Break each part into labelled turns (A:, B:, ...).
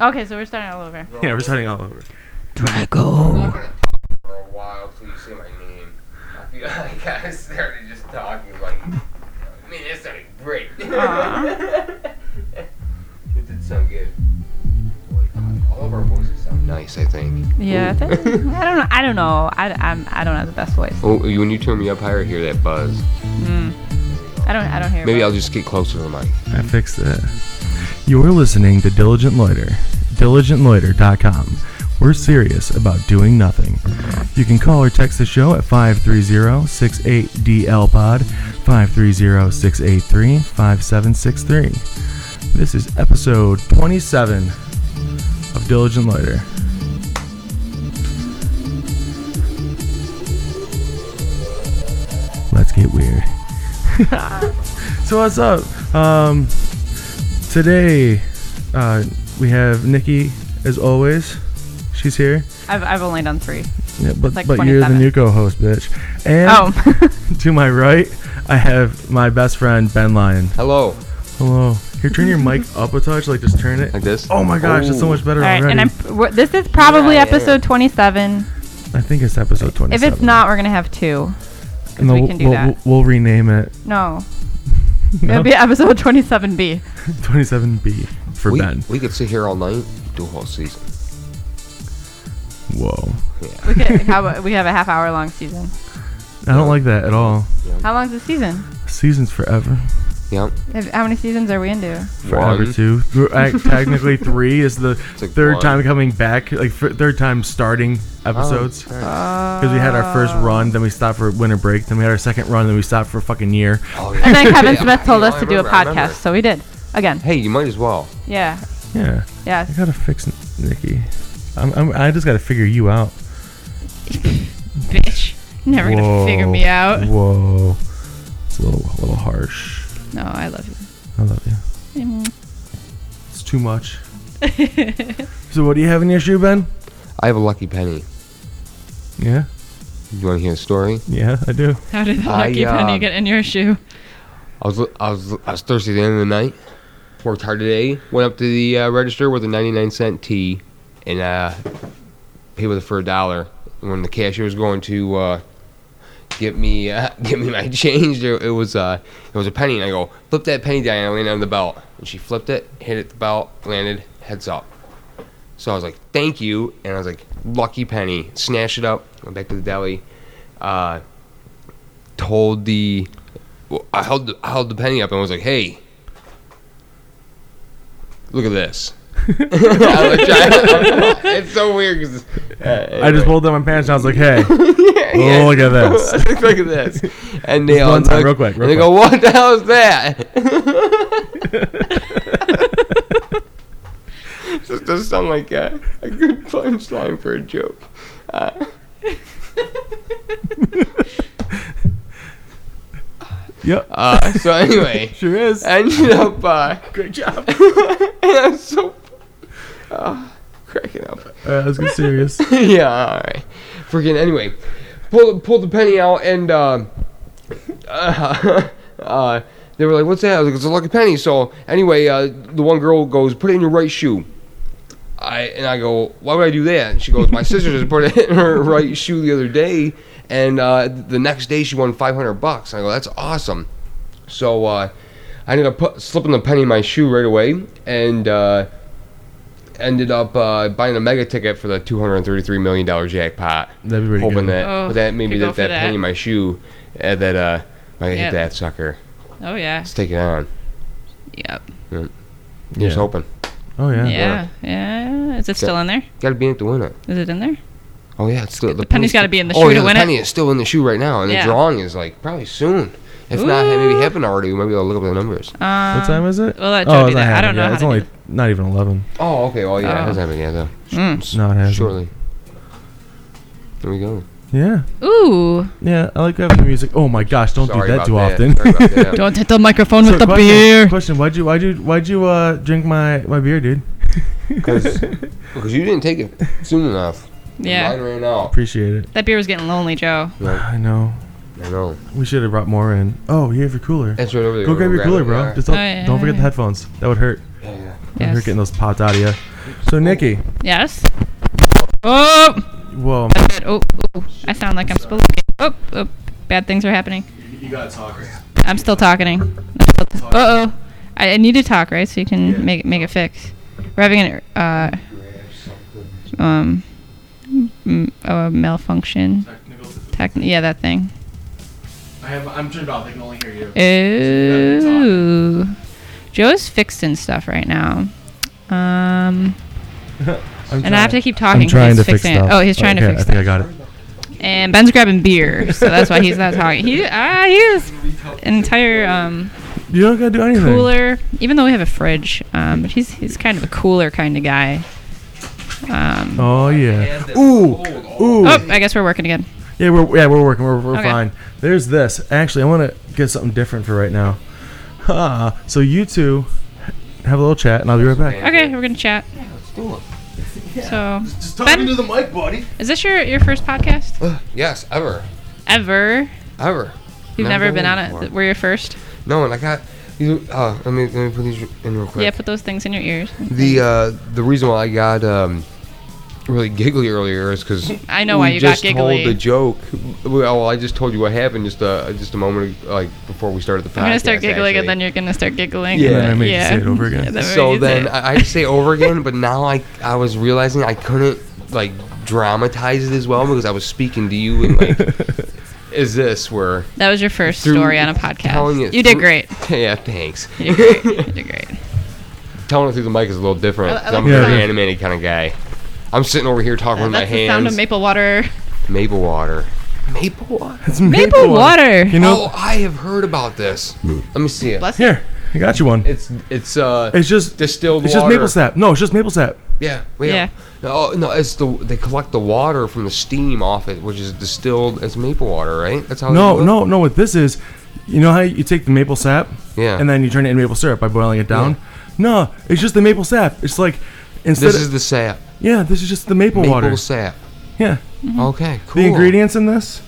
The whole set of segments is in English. A: Okay, so we're starting all over.
B: Yeah, we're starting all
C: I'm
B: over.
C: not
D: Draco.
C: gonna talk for a while till you say my name. I feel like I started just talking like, I mean, that sounded great.
A: Aw.
C: it did sound good. Holy God, All of our voices sound nice, I think.
A: Yeah, I, think, I don't know. I don't know. I, I'm, I don't have the best voice.
C: Oh, when you turn me up higher, I hear that buzz.
A: Mm. I don't. I don't hear.
C: Maybe
A: much.
C: I'll just get closer to the mic.
B: I fixed that. You're listening to Diligent Loiter, diligentloiter.com. We're serious about doing nothing. You can call or text the show at 530-68DL-POD, 530-683-5763. This is episode 27 of Diligent Loiter. Let's get weird. So what's up? Um, today uh, we have Nikki as always. She's here,
A: I've, I've only done three.
B: yeah, but
A: Like
B: but you're the
A: 27.
B: new co-host, bitch. And
A: Oh,
B: to my right, I have my best friend Ben Lyon.
C: Hello,
B: Hello. Here, turn your mic up a touch. Like, just turn
C: like
B: it.
C: this.
B: Oh my gosh, it's so much better
A: all right.
B: already.
A: And I'm. we're- This is probably
C: Yeah, yeah,
A: episode 27.
B: I think it's episode 27.
A: If it's not, we're gonna have two. 'cause
B: No,
A: we can do
B: we'll,
A: that.
B: We'll, we'll rename it
A: No,
B: No?
A: it'll be episode 27B.
B: 27B for
C: we,
B: Ben.
C: we could sit here all night, do a whole season.
B: Whoa.
C: Yeah.
A: We could, how about, we have a half hour long season.
B: I don't like that at all.
A: How long's the season?
B: Seasons forever.
C: Yeah.
A: Have- How many seasons are we into?
B: Forever
C: One.
B: two. Th- I- technically three is the
C: It's like
B: third
C: one.
B: time coming back, like f- third time starting episodes.
C: Oh,
B: Because we had
A: uh,
B: our first run, then we stopped for winter break, then we had our second run, then we stopped for a fucking year.
C: Oh,
A: And then Kevin
C: Yeah,
A: Smith told
C: I
A: us to do a
C: remember, I remember.
A: podcast, so we did. Again.
C: Hey, you might as well.
A: Yeah.
B: Yeah,
A: Yeah.
B: I gotta fix N- Nikki. I'm, I'm, I just gotta figure you out.
A: Bitch. Never gonna figure me out.
B: Whoa, it's a little, a little harsh.
A: No, I love you.
B: I love you.
A: Mm.
B: It's too much. so what do you have in your shoe, Ben?
C: I have a lucky penny.
B: Yeah,
C: You want to hear a story?
B: yeah, I do.
A: How did the
C: I,
A: lucky penny
C: uh,
A: get in your shoe?
C: I was I was I was thirsty at the end of the night. Worked hard today. Went up to the uh, register with a 99 cent tea, and uh, paid with it for a dollar. When the cashier was going to uh, get me uh, get me my change, it, it was uh, it was a penny, and I go flip that penny down and it landed on the belt. And she flipped it, hit it at the belt, landed heads up. So I was like, thank you, and I was like, lucky penny. Snatched it up. Went back to the deli. Uh, told the well, I held the, I held the penny up and was like, "Hey, look at this." I was trying- it's so weird because
B: I just pulled down my pants and I was like, hey, Oh, look at this.
C: look at this, and they
B: Just
C: all
B: one time,
C: look,
B: real quick, real
C: and they go, "What the hell is that?" just does sound like a, a good punchline for a joke. Uh,
B: Yep,
C: uh, so anyway,
B: sure is.
C: I ended up uh,
B: Great job.
C: and I'm so uh, cracking up.
B: Alright, let's get serious.
C: yeah, all right. Freaking anyway, pull pull the penny out and uh, uh, uh, they were like, "What's that?" I was like, "It's a lucky penny." So anyway, uh, the one girl goes, "Put it in your right shoe." I and I go, "Why would I do that?" And she goes, "My sister just put it in her right shoe the other day, and uh, the next day she won five hundred bucks." And I go, "That's awesome." So uh, I ended up put, slipping the penny in my shoe right away, and. Uh, ended up uh, buying a mega ticket for the two hundred and thirty-three million dollar jackpot,
B: That'd be pretty
C: hoping
B: good.
C: that
A: Oh,
C: that maybe
A: could go
C: that,
A: for
C: that
A: that.
C: penny in my shoe, uh, that uh, might
A: Yeah.
C: hit that sucker.
A: Oh, yeah.
C: Let's take it on.
A: Yep.
C: Just hoping.
B: Oh yeah.
A: Yeah. Yeah. Is it still in there?
C: Got to be in it to win it.
A: Is it in there?
C: Oh yeah, it's still,
A: The penny's gotta be in the
C: oh,
A: shoe
C: yeah,
A: to
C: the
A: win it.
C: penny is still in the shoe right now, and
A: Yeah.
C: the drawing is like probably soon. If not, it maybe
A: Ooh.
C: happened already. Maybe I'll look up the numbers.
A: Um,
B: What time is it? Oh,
A: we'll let Joe do
B: it's not
A: that. I
B: happened
A: don't know
B: yet.
A: how
B: It's
A: to do
B: only
A: that.
B: not even eleven.
C: Oh, okay. Well, yeah,
A: Oh.
C: it has happened yet though.
A: Mm.
C: S-
B: No, it hasn't.
C: Surely. There we go.
B: Yeah.
A: Ooh.
B: Yeah. I like having the music. Oh my gosh! Don't
C: Sorry
B: do that
C: about
B: too
C: that.
B: often.
C: Sorry about that.
A: Don't hit the microphone
B: So,
A: with the
B: question,
A: beer.
B: Question: Why'd you why'd you why'd you uh drink my my beer, dude?
C: Because you didn't take it soon enough. Mine
A: Yeah.
C: ran out.
B: Appreciate it.
A: That beer was getting lonely, Joe.
C: Like,
B: I know.
C: I know.
B: We should have brought more in. Oh, you have your cooler.
C: That's right over there.
B: Go grab your
C: it
B: cooler,
C: over
B: bro.
C: there.
B: Just don't,
A: Oh, yeah,
B: don't forget the
A: yeah.
B: headphones. That would hurt.
C: Yeah, yeah.
B: I'm here
A: Yes.
B: getting those pots out of you. So Nikki,
A: Yes. Oh,
B: whoa,
A: that's it. Oh, oh, I sound like I'm spelunking. Oh, oh, bad things are happening.
B: you gotta talk.
A: I'm still talking. Uh oh, I, I need to talk right so you can make make a fix. We're having an uh um m- a malfunction. Tech- yeah, that thing.
B: I have, I'm turned off. I can only hear you.
A: Eh, Ooh. Joe's fixing stuff right now. Um, and I have to keep talking.
B: I'm trying
A: he's
B: to fix
A: fixing
B: stuff.
A: it. Oh, he's trying to
B: here,
A: fix
B: I think I
A: it.
B: got it.
A: And Ben's grabbing beer, so that's why he's not talking. He ah, he is an entire um
B: You don't gotta do anything.
A: cooler. Even though we have a fridge, um, but he's he's kind of a cooler kind of guy. Um,
B: Oh yeah. Ooh, ooh.
A: oh, I guess we're working again.
B: Yeah, we're yeah we're working. We're, we're
A: Okay.
B: fine. There's this. Actually, I want to get something different for right now. Huh. So you two have a little chat, and I'll be right back.
A: Okay, we're gonna chat. So,
B: Just
A: talking to
B: the mic, buddy.
A: is this your your first podcast
C: Ugh, Uh, yes, ever,
A: ever?
C: ever.
A: You've never been on it.
C: before.
A: We're your first.
C: No, and I got. You, uh, let me let me put these in real quick.
A: Yeah, put those things in your ears.
C: The uh, the reason why I got um, really giggly earlier is because
A: I know why you got
C: just
A: giggly.
C: told the joke. Well, I just told you what happened just uh, just a moment ag- like before we started the podcast.
A: I'm gonna start giggling,
C: actually.
A: and then you're gonna start giggling.
C: Yeah.
B: And then I made
A: yeah.
B: you say it over again.
A: Yeah, we're
C: so
A: gonna say
C: then
A: it.
C: I, I had to say it over again, but now I I was realizing I couldn't like dramatize it as well because I was speaking to you and like. Is this where
A: that was your first
C: through
A: story on a
C: telling
A: podcast.
C: it
A: You did
C: through-
A: great.
C: yeah, thanks.
A: You did great. You did great.
C: Telling it through the mic is a little different.
A: I- I
C: 'cause I'm a
B: like the
C: very
B: sound.
C: animated kind of guy. I'm sitting over here talking with my
A: Uh, That's the sound of
C: hands.
A: maple water.
C: maple water. Maple water.
B: It's
A: Maple water.
B: You know.
C: Oh, I have heard about this. Let me see it.
A: Bless you.
B: Here, I got you one.
C: It's it's uh
B: It's just
C: distilled
B: It's just
C: water.
B: maple sap. No, it's just maple sap.
C: Yeah, yeah.
A: Yeah.
C: No, oh, no, it's the they collect the water from the steam off it, which is distilled as maple water, right? That's how. they do
B: No,
C: it?
B: no, no. What this is, you know how you take the maple sap,
C: Yeah.
B: and then you turn it into maple syrup by boiling it down. No, it's just the maple sap. It's like instead.
C: This
B: of,
C: is the sap.
B: yeah, this is just the maple,
C: Maple
B: water.
C: sap.
B: Yeah,
A: Mm-hmm.
C: Okay, cool.
B: the ingredients in this.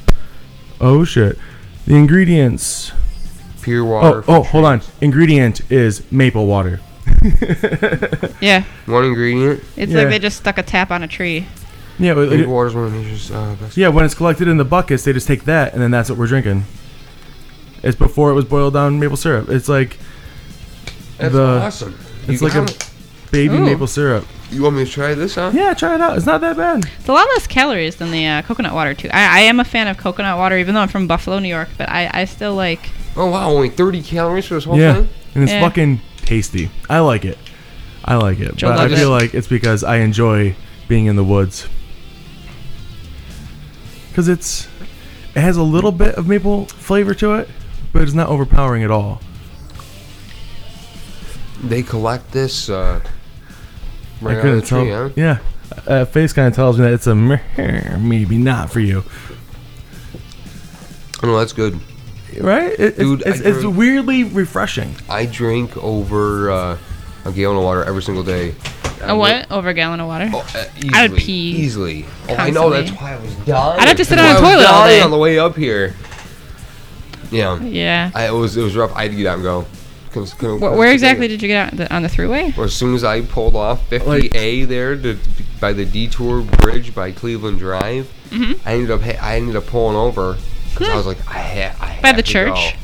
B: Oh shit, the ingredients.
C: Pure
B: Oh,
C: water.
B: oh, hold on. Ingredient is maple water.
A: Yeah.
C: One ingredient.
A: It's
B: Yeah.
A: like they just stuck a tap on a tree.
B: Yeah, but-
C: Maple water is one of nature's uh, best.
B: yeah. When it's collected in the buckets, they just take that, and then that's what we're drinking. It's before it was boiled down maple syrup. It's like
C: That's
B: the-
C: awesome.
B: it's
C: you,
B: like a
C: got it.
B: baby
C: Oh.
A: Ooh.
B: maple syrup.
C: You want me to try this, huh?
B: Yeah, try it out. It's not that bad.
A: It's a lot less calories than the uh, coconut water too. I, I am a fan of coconut water, even though I'm from Buffalo, New York. But I, I still like.
C: Oh wow, only 30 calories for this whole
B: yeah,
C: thing.
B: and it's
A: Yeah.
B: fucking tasty. I like it. I like it.
A: Joe
B: but I
A: loves
B: feel
A: it.
B: like it's because I enjoy being in the woods. Cause it's it has a little bit of maple flavor to it, but it's not overpowering at all.
C: They collect this. Uh, right
B: I
C: out of
B: couldn't
C: the
B: tell.
C: tree, huh?
B: Yeah, uh, face kind of tells me that it's a meh, maybe not for you,
C: Oh, no, that's good.
B: right? It,
C: Dude, I
B: it's, it's, it's
C: drove-
B: weirdly refreshing.
C: I drink over uh, a gallon of water every single day.
A: A what? Over a gallon of water.
C: Oh, uh, easily,
A: I would pee
C: easily. Oh, I know that's
A: constantly.
C: why I was dying.
A: I'd have to sit
C: That's
A: on a
C: why I was
A: toilet all
C: dying
A: day.
C: on the way up here. Yeah,
A: Yeah.
C: I, it was it was rough. I had to get out and go. Couldn't- couldn't-
A: Where,
C: couldn't
A: where
C: sit
A: exactly
C: there.
A: did you get out the, on the throughway?
C: Well, as soon as I pulled off 50A there to, by the detour bridge by Cleveland Drive,
A: Mm-hmm.
C: I ended up ha- I ended up pulling over because I was like I had I
A: Hmm. By
C: have
A: the
C: to go.
A: church?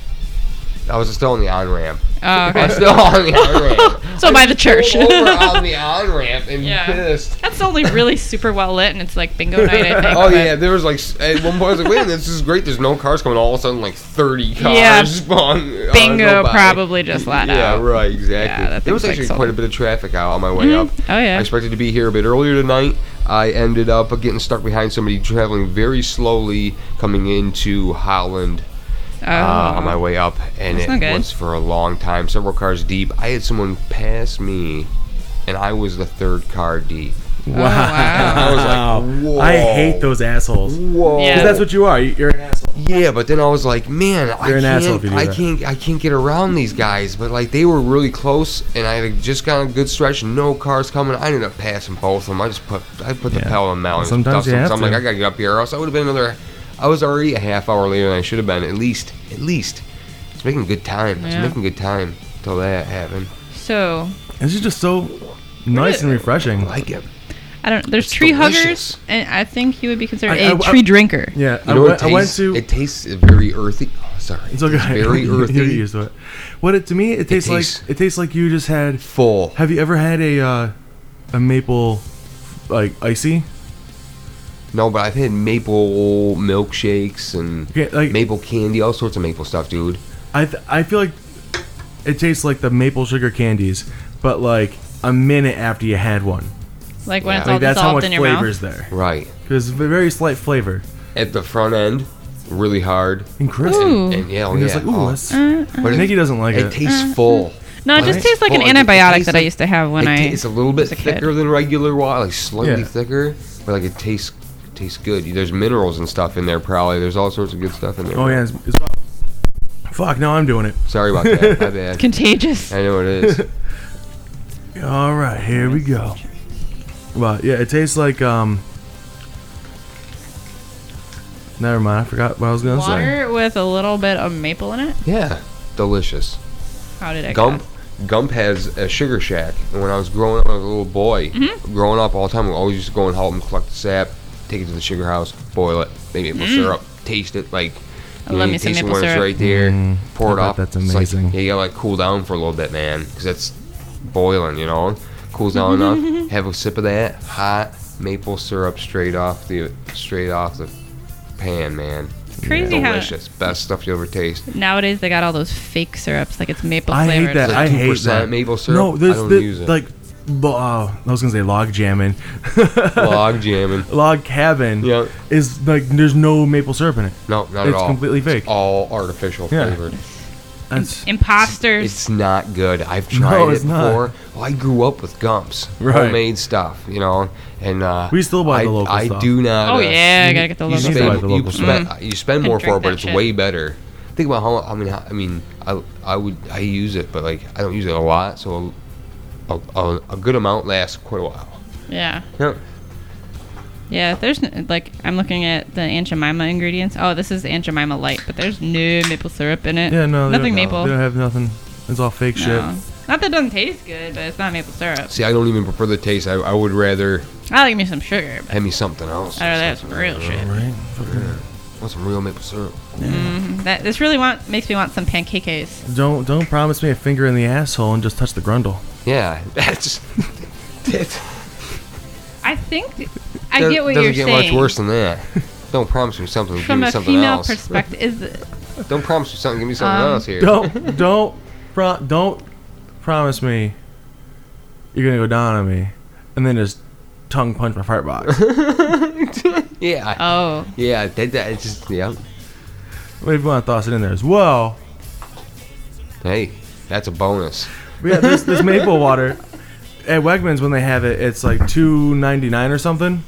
C: I was still on the on ramp.
A: Oh,
C: I
A: okay.
C: was still on the on ramp.
A: So by the church.
C: Oh, pulled over on the on ramp and
A: Yeah.
C: pissed.
A: That's only really super well lit, and it's like bingo night. I think.
C: Oh
A: but-
C: yeah, there was like s- at one point I was like, wait, this is great. There's no cars coming. All of a sudden, like 30 cars
A: Yeah.
C: spawn. uh,
A: Bingo
C: go by.
A: probably just let
C: Yeah,
A: out.
C: right, exactly.
A: Yeah, that
C: there was
A: thing's, like,
C: actually
A: sold.
C: quite a bit of traffic out on my way up.
A: Oh
C: I
A: yeah.
C: expected to be here a bit earlier tonight. I ended up getting stuck behind somebody traveling very slowly coming into Holland
A: Oh.
C: uh, on my way up, and
A: That's
C: it
A: not good.
C: was for a long time, several cars deep. I had someone pass me, and I was the third car deep.
A: Oh, wow.
C: I was like,
B: Wow.
C: whoa.
B: I hate those assholes. 'Cause
C: Whoa.
A: Yeah.
B: that's what you are. You- You're an asshole.
C: Yeah, but then I was like, man, I
B: You're an
C: can't,
B: asshole if you do
C: I
B: that.
C: can't, I can't get around these guys. But like, they were really close, and I had just got a good stretch. No cars coming. I ended up passing both of them. I just put, I put the
B: Yeah.
C: pedal on mountain.
B: Sometimes you have
C: I'm like,
B: to.
C: I gotta get up here, or else I would have been another. I was already a half hour later than I should have been. At least, at least, it's making good time. It's
A: Yeah.
C: making good time till that happened.
A: So
B: This is just so nice and refreshing.
C: I like it.
A: I don't. There's
C: It's
A: tree
C: delicious.
A: huggers, and I think he would be considered
B: I-
A: a
B: I- I-
A: tree drinker.
B: Yeah,
C: You
B: I,
C: know
B: went,
C: what
B: I went
C: tastes-
B: to.
C: It tastes very earthy. Oh, sorry.
B: it's okay.
C: very
B: You're
C: earthy.
B: used to it. What it to me, it tastes,
C: tastes-
B: like it tastes like you just had.
C: Full.
B: Have you ever had a uh, a maple like icy?
C: No, but I've had maple milkshakes and
B: Okay, like
C: maple candy, all sorts of maple stuff, dude.
B: I th- I feel like it tastes like the maple sugar candies, but like a minute after you had one.
A: Like when
C: Yeah.
A: it's
B: Like
A: all
B: that's how
A: dissolved
B: much
A: in your mouth.
B: flavor's there.
C: Right.
B: Because very slight flavor
C: At the front end, really hard.
B: and crisp.
A: Ooh.
C: And, and yeah,
B: And
C: yeah.
B: it's like, ooh,
C: oh,
B: that's-
A: Uh, uh.
C: but
B: Nikki
C: it,
B: doesn't like
C: it
B: it.
C: tastes full.
A: No, it
C: Like,
A: just
C: it's
A: tastes like an
C: full. It- it
A: antibiotic
C: tastes
A: that I
C: like-
A: used to have Mm. when
C: it
A: I.
C: tastes a little bit
A: was a kid.
C: thicker than regular water, like slightly
B: Yeah.
C: thicker, but like it tastes tastes good. There's minerals and stuff in there, probably. There's all sorts of good stuff in there.
B: Oh yeah, it's, it's fuck. Now I'm doing it.
C: Sorry about that. My bad.
A: contagious.
C: I know it is.
B: All right, here we go. But yeah, it tastes like um. Never mind. I forgot what I was gonna say.
A: Water with a little bit of maple in it.
C: Yeah, delicious.
A: How did I?
C: Gump. Gump has a sugar shack, and when I was growing up, when I was a little boy,
A: Mm-hmm.
C: growing up all the time, we always used to go and help him collect the sap, take it to the sugar house, boil it, make maple syrup, taste it like.
A: Mm. I
C: you know,
A: love me
C: you
A: some
C: taste it
A: maple
C: when it's
A: syrup.
C: right there,
B: Mm, I
C: pour it
B: bet
C: up.
B: that's
C: It's like-
B: amazing.
C: yeah, you gotta like cool down for a little bit, man, because that's boiling, you know. Cools down enough. Have a sip of that hot maple syrup straight off the straight off the pan, man.
A: Crazy how-
C: delicious, best stuff you ever taste.
A: Nowadays they got all those fake syrups, like it's maple
B: I
A: flavored.
B: hate that.
C: Like
B: I hate
C: 2%
B: that.
C: maple syrup?
B: No,
C: I
B: this,
C: don't
B: this
C: use it.
B: like. Bo- uh, I was gonna say log jamming,
C: Log jamming.
B: log cabin
C: Yeah.
B: is like there's no maple syrup in it.
C: No, not at
B: It's
C: all.
B: completely fake.
C: It's all artificial
B: Yeah.
C: flavored.
B: That's
A: Imposters.
C: It's not good. I've tried
B: it's
C: it
B: not.
C: before. Well, I grew up with gumps,
B: Right.
C: homemade stuff, you know, and uh,
B: We still buy
C: I,
B: the local
C: I
B: stuff.
C: do not.
A: oh
C: uh,
A: yeah, I gotta get the
C: you
A: logo.
B: need to buy
C: spend,
B: the
C: you
B: local
C: spend, you spend
A: And
C: more for
A: drink
C: it, but
A: that
C: it's
A: shit.
C: way better. Think about how I mean, how, I mean, I I would I use it, but like I don't use it a lot, so a, a, a good amount lasts quite a while.
A: Yeah,
C: Yeah.
A: yeah. There's n- like I'm looking at the Aunt Jemima ingredients. Oh, this is Aunt Jemima light, but there's no maple syrup in it.
B: yeah, no, they
A: nothing
B: don't-
A: maple.
B: They don't have nothing. It's all fake
A: no.
B: shit.
A: Not that it doesn't taste good, but it's not maple syrup.
C: See, I don't even prefer the taste. I, I would rather
A: I like me some sugar, but
C: have me something else.
A: I rather have some
C: Something-
A: Oh, real shit.
B: Right?
C: Want some real maple syrup?
A: Mm-hmm. That this really want makes me want some pancakes.
B: Don't don't promise me a finger in the asshole and just touch the grundle.
C: Yeah, that's that
A: I think I get what
C: doesn't
A: you're
C: get
A: saying.
C: much worse than that. Don't promise me something. give
A: From
C: me
A: a
C: something
A: female
C: else.
A: perspective, is the-
C: Don't promise me something. Give me something
A: Um,
C: else here.
B: Don't don't pro- don't promise me you're gonna go down on me and then just tongue punch my fart box.
C: Yeah, I-
A: oh
C: yeah. I did that. It's just yeah.
B: What if you want to toss it in there as well?
C: Hey, that's a bonus.
B: But yeah, this, this maple water at Wegmans when they have it, it's like two ninety nine or something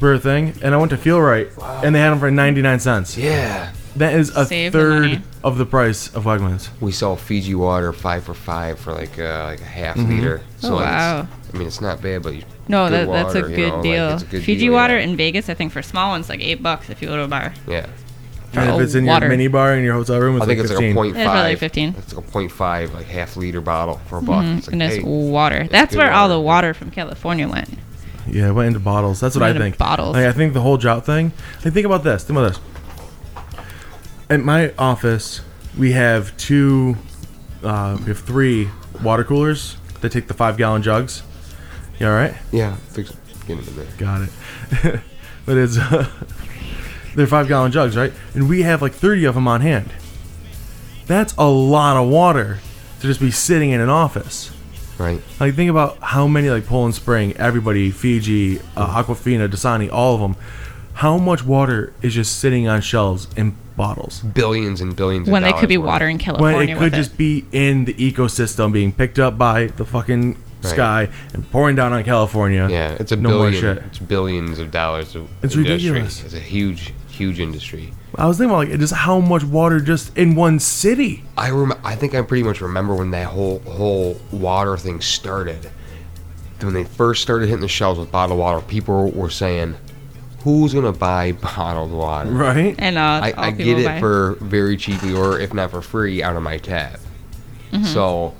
B: per thing. And I went to Feel Right, and they had them for ninety nine cents.
C: Yeah.
B: That is a
A: Save the
B: third
A: money.
B: of the price of Wegmans.
C: we saw Fiji water five for five for like uh, like a half liter. So
A: Oh,
C: like
A: wow.
C: it's, I mean, it's not bad, but you,
A: no,
C: good
A: that, that's a
C: water, you
A: good
C: know, like,
A: deal.
C: it's a good
A: Fiji
C: deal,
A: water
C: yeah.
A: in Vegas, I think for small ones like eight bucks if you go to a bar.
C: yeah,
A: For
B: And
A: a
B: if it's in
A: Oh, water.
B: your mini bar in your hotel room, it's
C: I think
B: like
C: it's like a
B: 15.
C: point
A: Yeah, it's probably
C: five.
A: like 15.
C: It's like a point five, like half liter bottle for a buck. It's like,
A: and it's
C: hey,
A: water. That's
C: good
A: where all
C: water.
A: the water from California went.
B: Yeah, it went into bottles. That's what
A: Went
B: I
A: into
B: think.
A: bottles.
B: Like, I think the whole drought thing. Like, think about this. Think about this. At my office, we have two, uh, we have three water coolers that take the five gallon jugs. You all right?
C: yeah, fix, get into there.
B: Got it. but it's uh, they're five gallon jugs, right? And we have like thirty of them on hand. That's a lot of water to just be sitting in an office.
C: Right.
B: Like think about how many like Poland Spring, everybody, Fiji, uh, Aquafina, Dasani, all of them. How much water is just sitting on shelves in bottles
C: Billions and billions.
A: When
C: of
A: they could
C: dollars
A: be
C: worth.
A: watering California
B: when it could
A: with
B: just be in the ecosystem being picked up by the fucking sky and pouring down on California?
C: Yeah, it's a
B: No more
C: billion.
B: shit.
C: It's billions of dollars. Of
B: It's
C: industry.
B: ridiculous.
C: It's a huge, huge industry.
B: I was thinking about like just how much water just in one city.
C: I rem- I think I pretty much remember when that whole whole water thing started. When they first started hitting the shelves with bottled water, people were saying, "Who's gonna buy bottled water?"
B: Right?
A: And uh,
C: I,
A: all
C: I
A: people
C: get it
A: buy.
C: for
A: Mm-hmm.
C: very cheaply, or if not for free, out of my tab. So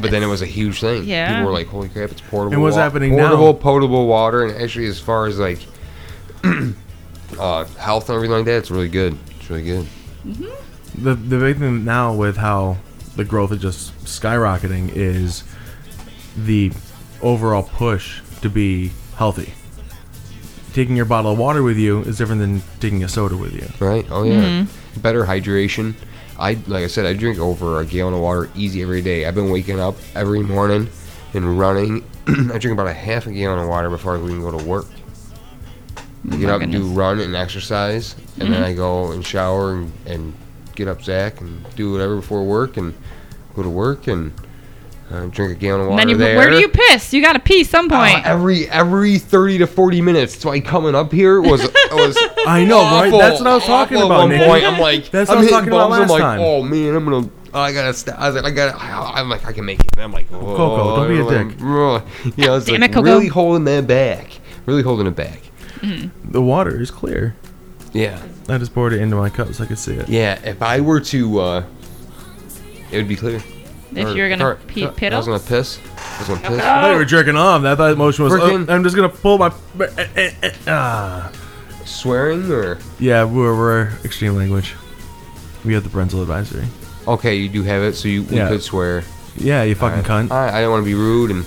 C: but then it was a huge thing.
A: Yeah.
C: people were like, "Holy crap, it's portable."
B: And what's happening now?
C: Portable, potable water, and actually, as far as like uh, health and everything like that, it's really good. It's really good.
B: the the big thing now with how the growth is just skyrocketing is the overall push to be healthy. Taking your bottle of water with you is different than taking a soda with you.
C: Right? Oh yeah.
A: Mm-hmm.
C: Better hydration. I like I said, I drink over a gallon of water easy every day. I've been waking up every morning and running. I drink about a half a gallon of water before I even go to work. I get
A: Oh, my
C: up and do
A: goodness. Mm-hmm.
C: run and exercise, and then I go and shower and, and get up Zach and do whatever before work and go to work and uh, drink a gallon of water
A: And then you,
C: there.
A: where do you piss? You gotta pee some
C: Uh,
A: point.
C: every every thirty to forty minutes. That's why coming up here was was
B: I know, right? That's what I was talking
C: awful
B: about,
C: at
B: Nick.
C: one point. I'm like,
B: That's
C: I'm
B: what I was
C: hitting
B: talking about
C: bombs. I'm
B: last
C: like,
B: time.
C: oh man, I'm gonna. I gotta. St-. I was like, I gotta. I'm like, I can make it. And I'm like, oh,
B: Coco, don't be a dick.
C: dick. You know, it's
A: Damn
C: like
A: it, Coco.
C: really holding that back. Really holding it back.
B: The water is clear.
C: Yeah,
B: I just poured it into my cup so I could see it.
C: yeah. If I were to, uh, it would be clear.
A: if
C: Or-
A: you're gonna
C: or-
A: pee
C: I was
A: piddle.
C: gonna piss. I was gonna piss.
B: I thought you were jerking off. I thought the motion was.
C: Frickin-
B: "Oh, I'm just gonna pull my. eh, eh, eh, ah.
C: Swearing or
B: Yeah, we're, we're extreme language. We have the parental advisory.
C: okay, you do have it, so you we
B: Yeah.
C: could swear.
B: Yeah, you fucking cunt.
C: I, I don't want to be rude and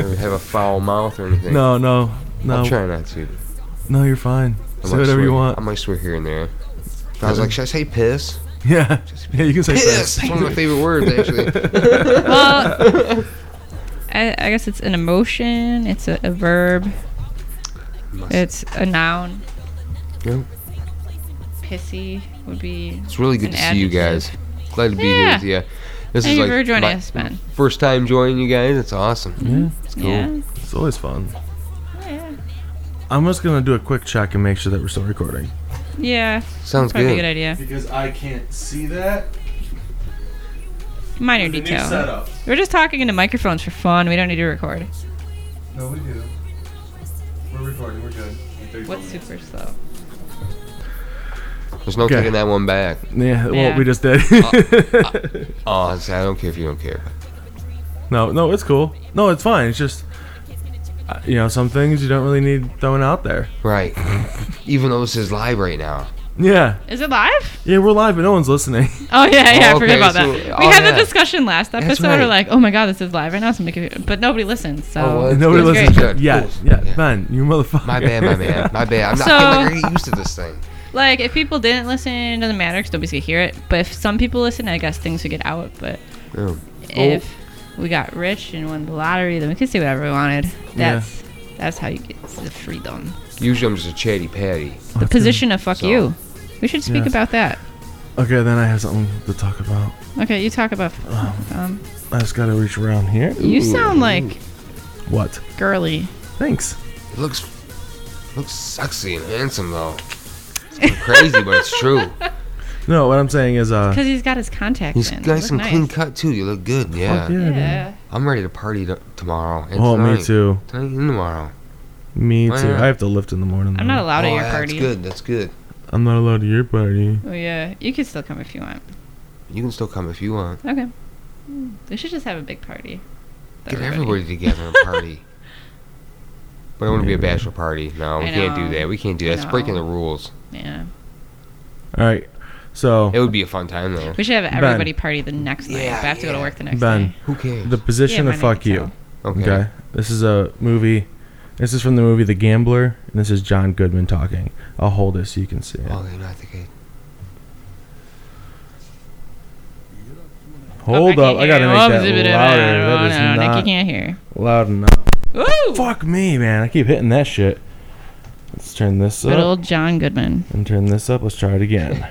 C: or have a foul mouth or anything.
B: no, no,
C: I'll
B: no,
C: try not to.
B: no. You're fine.
C: I
B: Say
C: might
B: whatever you
C: swear-
B: want.
C: I might swear here and there. I was like, should I say piss?
B: Yeah, yeah. You can say
C: Piss.
B: piss.
C: It's one of my favorite words, actually.
A: well, I, I guess it's an emotion. It's a, a verb. It's a noun.
C: Yeah.
A: Pissy would be.
C: It's really good
A: An
C: to see you guys.
A: adjective.
C: Glad to be
A: Yeah.
C: here with you. This
A: Thank
C: is
A: you
C: like
A: for joining
C: my
A: us, Ben.
C: First time joining you guys. It's awesome.
B: Yeah,
C: It's cool.
A: Yeah.
B: it's always fun.
A: Yeah.
B: I'm just gonna do a quick check and make sure that we're still recording.
A: Yeah.
C: Sounds
A: Probably a good
C: good.
A: idea.
B: Because I can't see that.
A: Minor detail. We're just talking into microphones for fun. We don't need to record.
B: No, we do. We're recording. We're good.
A: What's super slow?
C: There's no
B: Okay.
C: taking that one back.
B: Yeah, well,
A: Yeah.
B: we just did.
C: Oh, it's- I don't care if you don't care.
B: no, no, it's cool. No, it's fine. It's just, uh, you know, some things you don't really need thrown out there.
C: Right. Even though this is live right now.
B: Yeah,
A: Is it live?
B: yeah, we're live, but no one's listening.
A: Oh yeah, yeah.
C: Oh,
A: I forgot
C: okay,
A: about
C: so-
A: that.
C: oh,
A: we had
C: yeah.
A: the discussion last
C: That's
A: episode.
C: right.
A: We're like, oh my god, this is live right now. So make it, but nobody listens. So
C: Oh, well,
B: Nobody
A: That's
B: listens.
C: great.
B: Yeah,
C: Cool.
B: yeah,
C: Yeah.
B: man, you motherfucker.
C: My bad, my bad, my bad. I'm not
A: So-
C: I feel like I get used to this thing.
A: Like, if people didn't listen, it doesn't matter because nobody's gonna hear it. But if some people listen, I guess things would get out. But
C: Yeah.
A: if we got rich and won the lottery, then we could say whatever we wanted. That's that's how you get the freedom.
C: Usually I'm just a chatty patty.
A: The position of fuck
C: So-
A: you. We should speak
B: Yes.
A: about that.
B: Okay, then I have something to talk about.
A: Okay, you talk about. Um,
B: I just gotta reach around here.
A: you sound like
B: What?
A: girly.
B: Thanks.
C: It looks looks sexy and handsome though. It's kinda crazy, but it's true.
B: No, what I'm saying is, uh,
A: Because he's got his contacts
C: He's
A: in.
C: got
A: They
C: some
A: look
C: clean
A: nice.
C: cut too. You look good. Yeah.
B: fuck yeah. dude.
A: Yeah.
C: I'm ready to party t- tomorrow. And
B: Oh,
C: tonight.
B: me too.
C: Tonight and tomorrow.
B: Me too.
C: Why not?
B: I have to lift in the morning.
A: I'm not
B: though.
A: allowed
C: oh,
A: at your
C: yeah,
A: party.
C: That's good. That's good.
B: I'm not allowed to your party.
A: Oh yeah, you can still come if you want.
C: You can still come if you want.
A: Okay. Mm, We should just have a big party. with
C: Get everybody together and party. But I want to be a bachelor party. No, we
A: I
C: can't do
A: know.
C: that. We can't do
A: I
C: that. It's breaking
A: know.
C: the rules.
A: Yeah.
B: All right. So
C: It would be a fun time though.
A: We should have
B: Ben.
A: everybody party the next night.
C: Yeah,
A: but I have to go to
C: yeah.
A: work the next
B: Ben.
A: day.
C: Who cares?
B: the position
A: Yeah,
B: of
A: my name
B: fuck
A: is
B: you.
A: Al.
C: okay.
B: Okay. This is a movie. This is from the movie The Gambler, and this is John Goodman talking. I'll hold it so you can see it.
C: Oh, they're not the kid.
B: Hold
A: Oh,
B: up, I gotta
A: can't
B: make
A: hear you.
B: that
A: Oh, no,
B: louder.
A: no,
B: That
A: Nikki
B: is not
A: can't hear.
B: loud enough.
A: Ooh!
B: Fuck me, man. I keep hitting that shit. Let's turn this
A: Good
B: up
A: old John Goodman.
B: and turn this up. Let's try it again.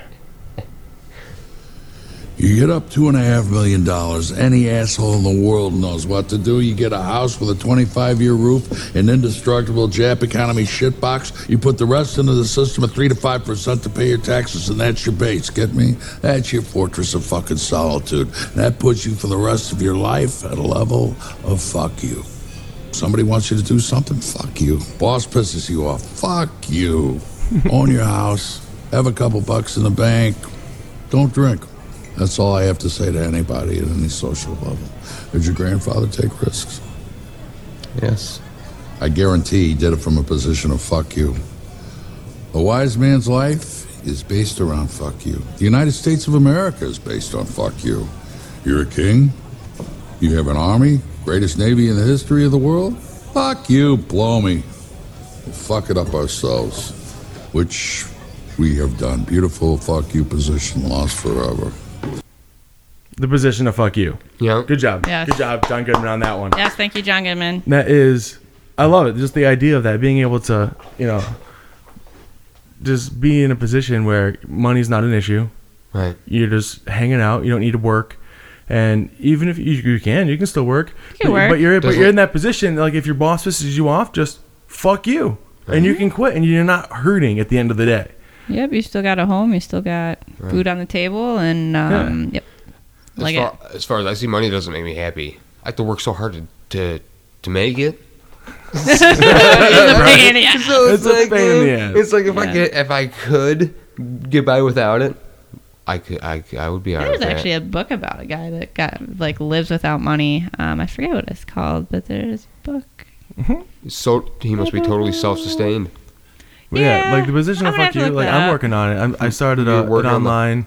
D: You get up two and a half million dollars. Any asshole in the world knows what to do. You get a house with a 25 year roof, an indestructible Jap economy shitbox. You put the rest into the system at 3 to 5% to pay your taxes, and that's your base. Get me? That's your fortress of fucking solitude. That puts you for the rest of your life at a level of fuck you. Somebody wants you to do something? Fuck you. Boss pisses you off? Fuck you. Own your house. Have a couple bucks in the bank. Don't drink. That's all I have to say to anybody at any social level. Did your grandfather take risks?
C: Yes.
D: I guarantee he did it from a position of fuck you. A wise man's life is based around fuck you. The United States of America is based on fuck you. You're a king. You have an army, greatest navy in the history of the world. Fuck you, blow me. We'll fuck it up ourselves, which we have done. Beautiful fuck you position lost forever.
B: The position of fuck you.
C: Yeah.
B: Good job.
A: Yes.
B: Good job, John Goodman, on that one.
A: Yes, thank you, John Goodman.
B: That is, I love it. Just the idea of that being able to, you know, just be in a position where money's not an issue.
C: Right.
B: You're just hanging out. You don't need to work. And even if you, you can, you can still work.
A: You can
B: but,
A: work.
B: but you're but
C: Doesn't-
B: you're in that position. Like if your boss pisses you off, just fuck you, and you can quit, and you're not hurting at the end of the day.
A: Yep, you still got a home. You still got food on the table, and um, yep,
C: As,
A: like it.
C: far, as far as I see, money doesn't make me happy. I have to work so hard to to, to make it.
A: It's a pain in the ass.
C: So um,
B: It's a pain in the ass.
C: It's like if I
A: Yeah.
C: could, if I could get by without it, I could. I, I would be alright.
A: There's
C: with that.
A: actually a book about a guy that got like lives without money. Um, I forget what it's called, but there's a book.
C: So he must be totally self-sustained.
B: But yeah,
A: Yeah,
B: like the position
A: I'm
B: of
A: gonna
B: fuck
A: have to
B: you.
A: look
B: Like
A: that
B: I'm
A: up.
B: working on it. I'm, I started
C: You're
B: a, an
C: working on the-
B: online.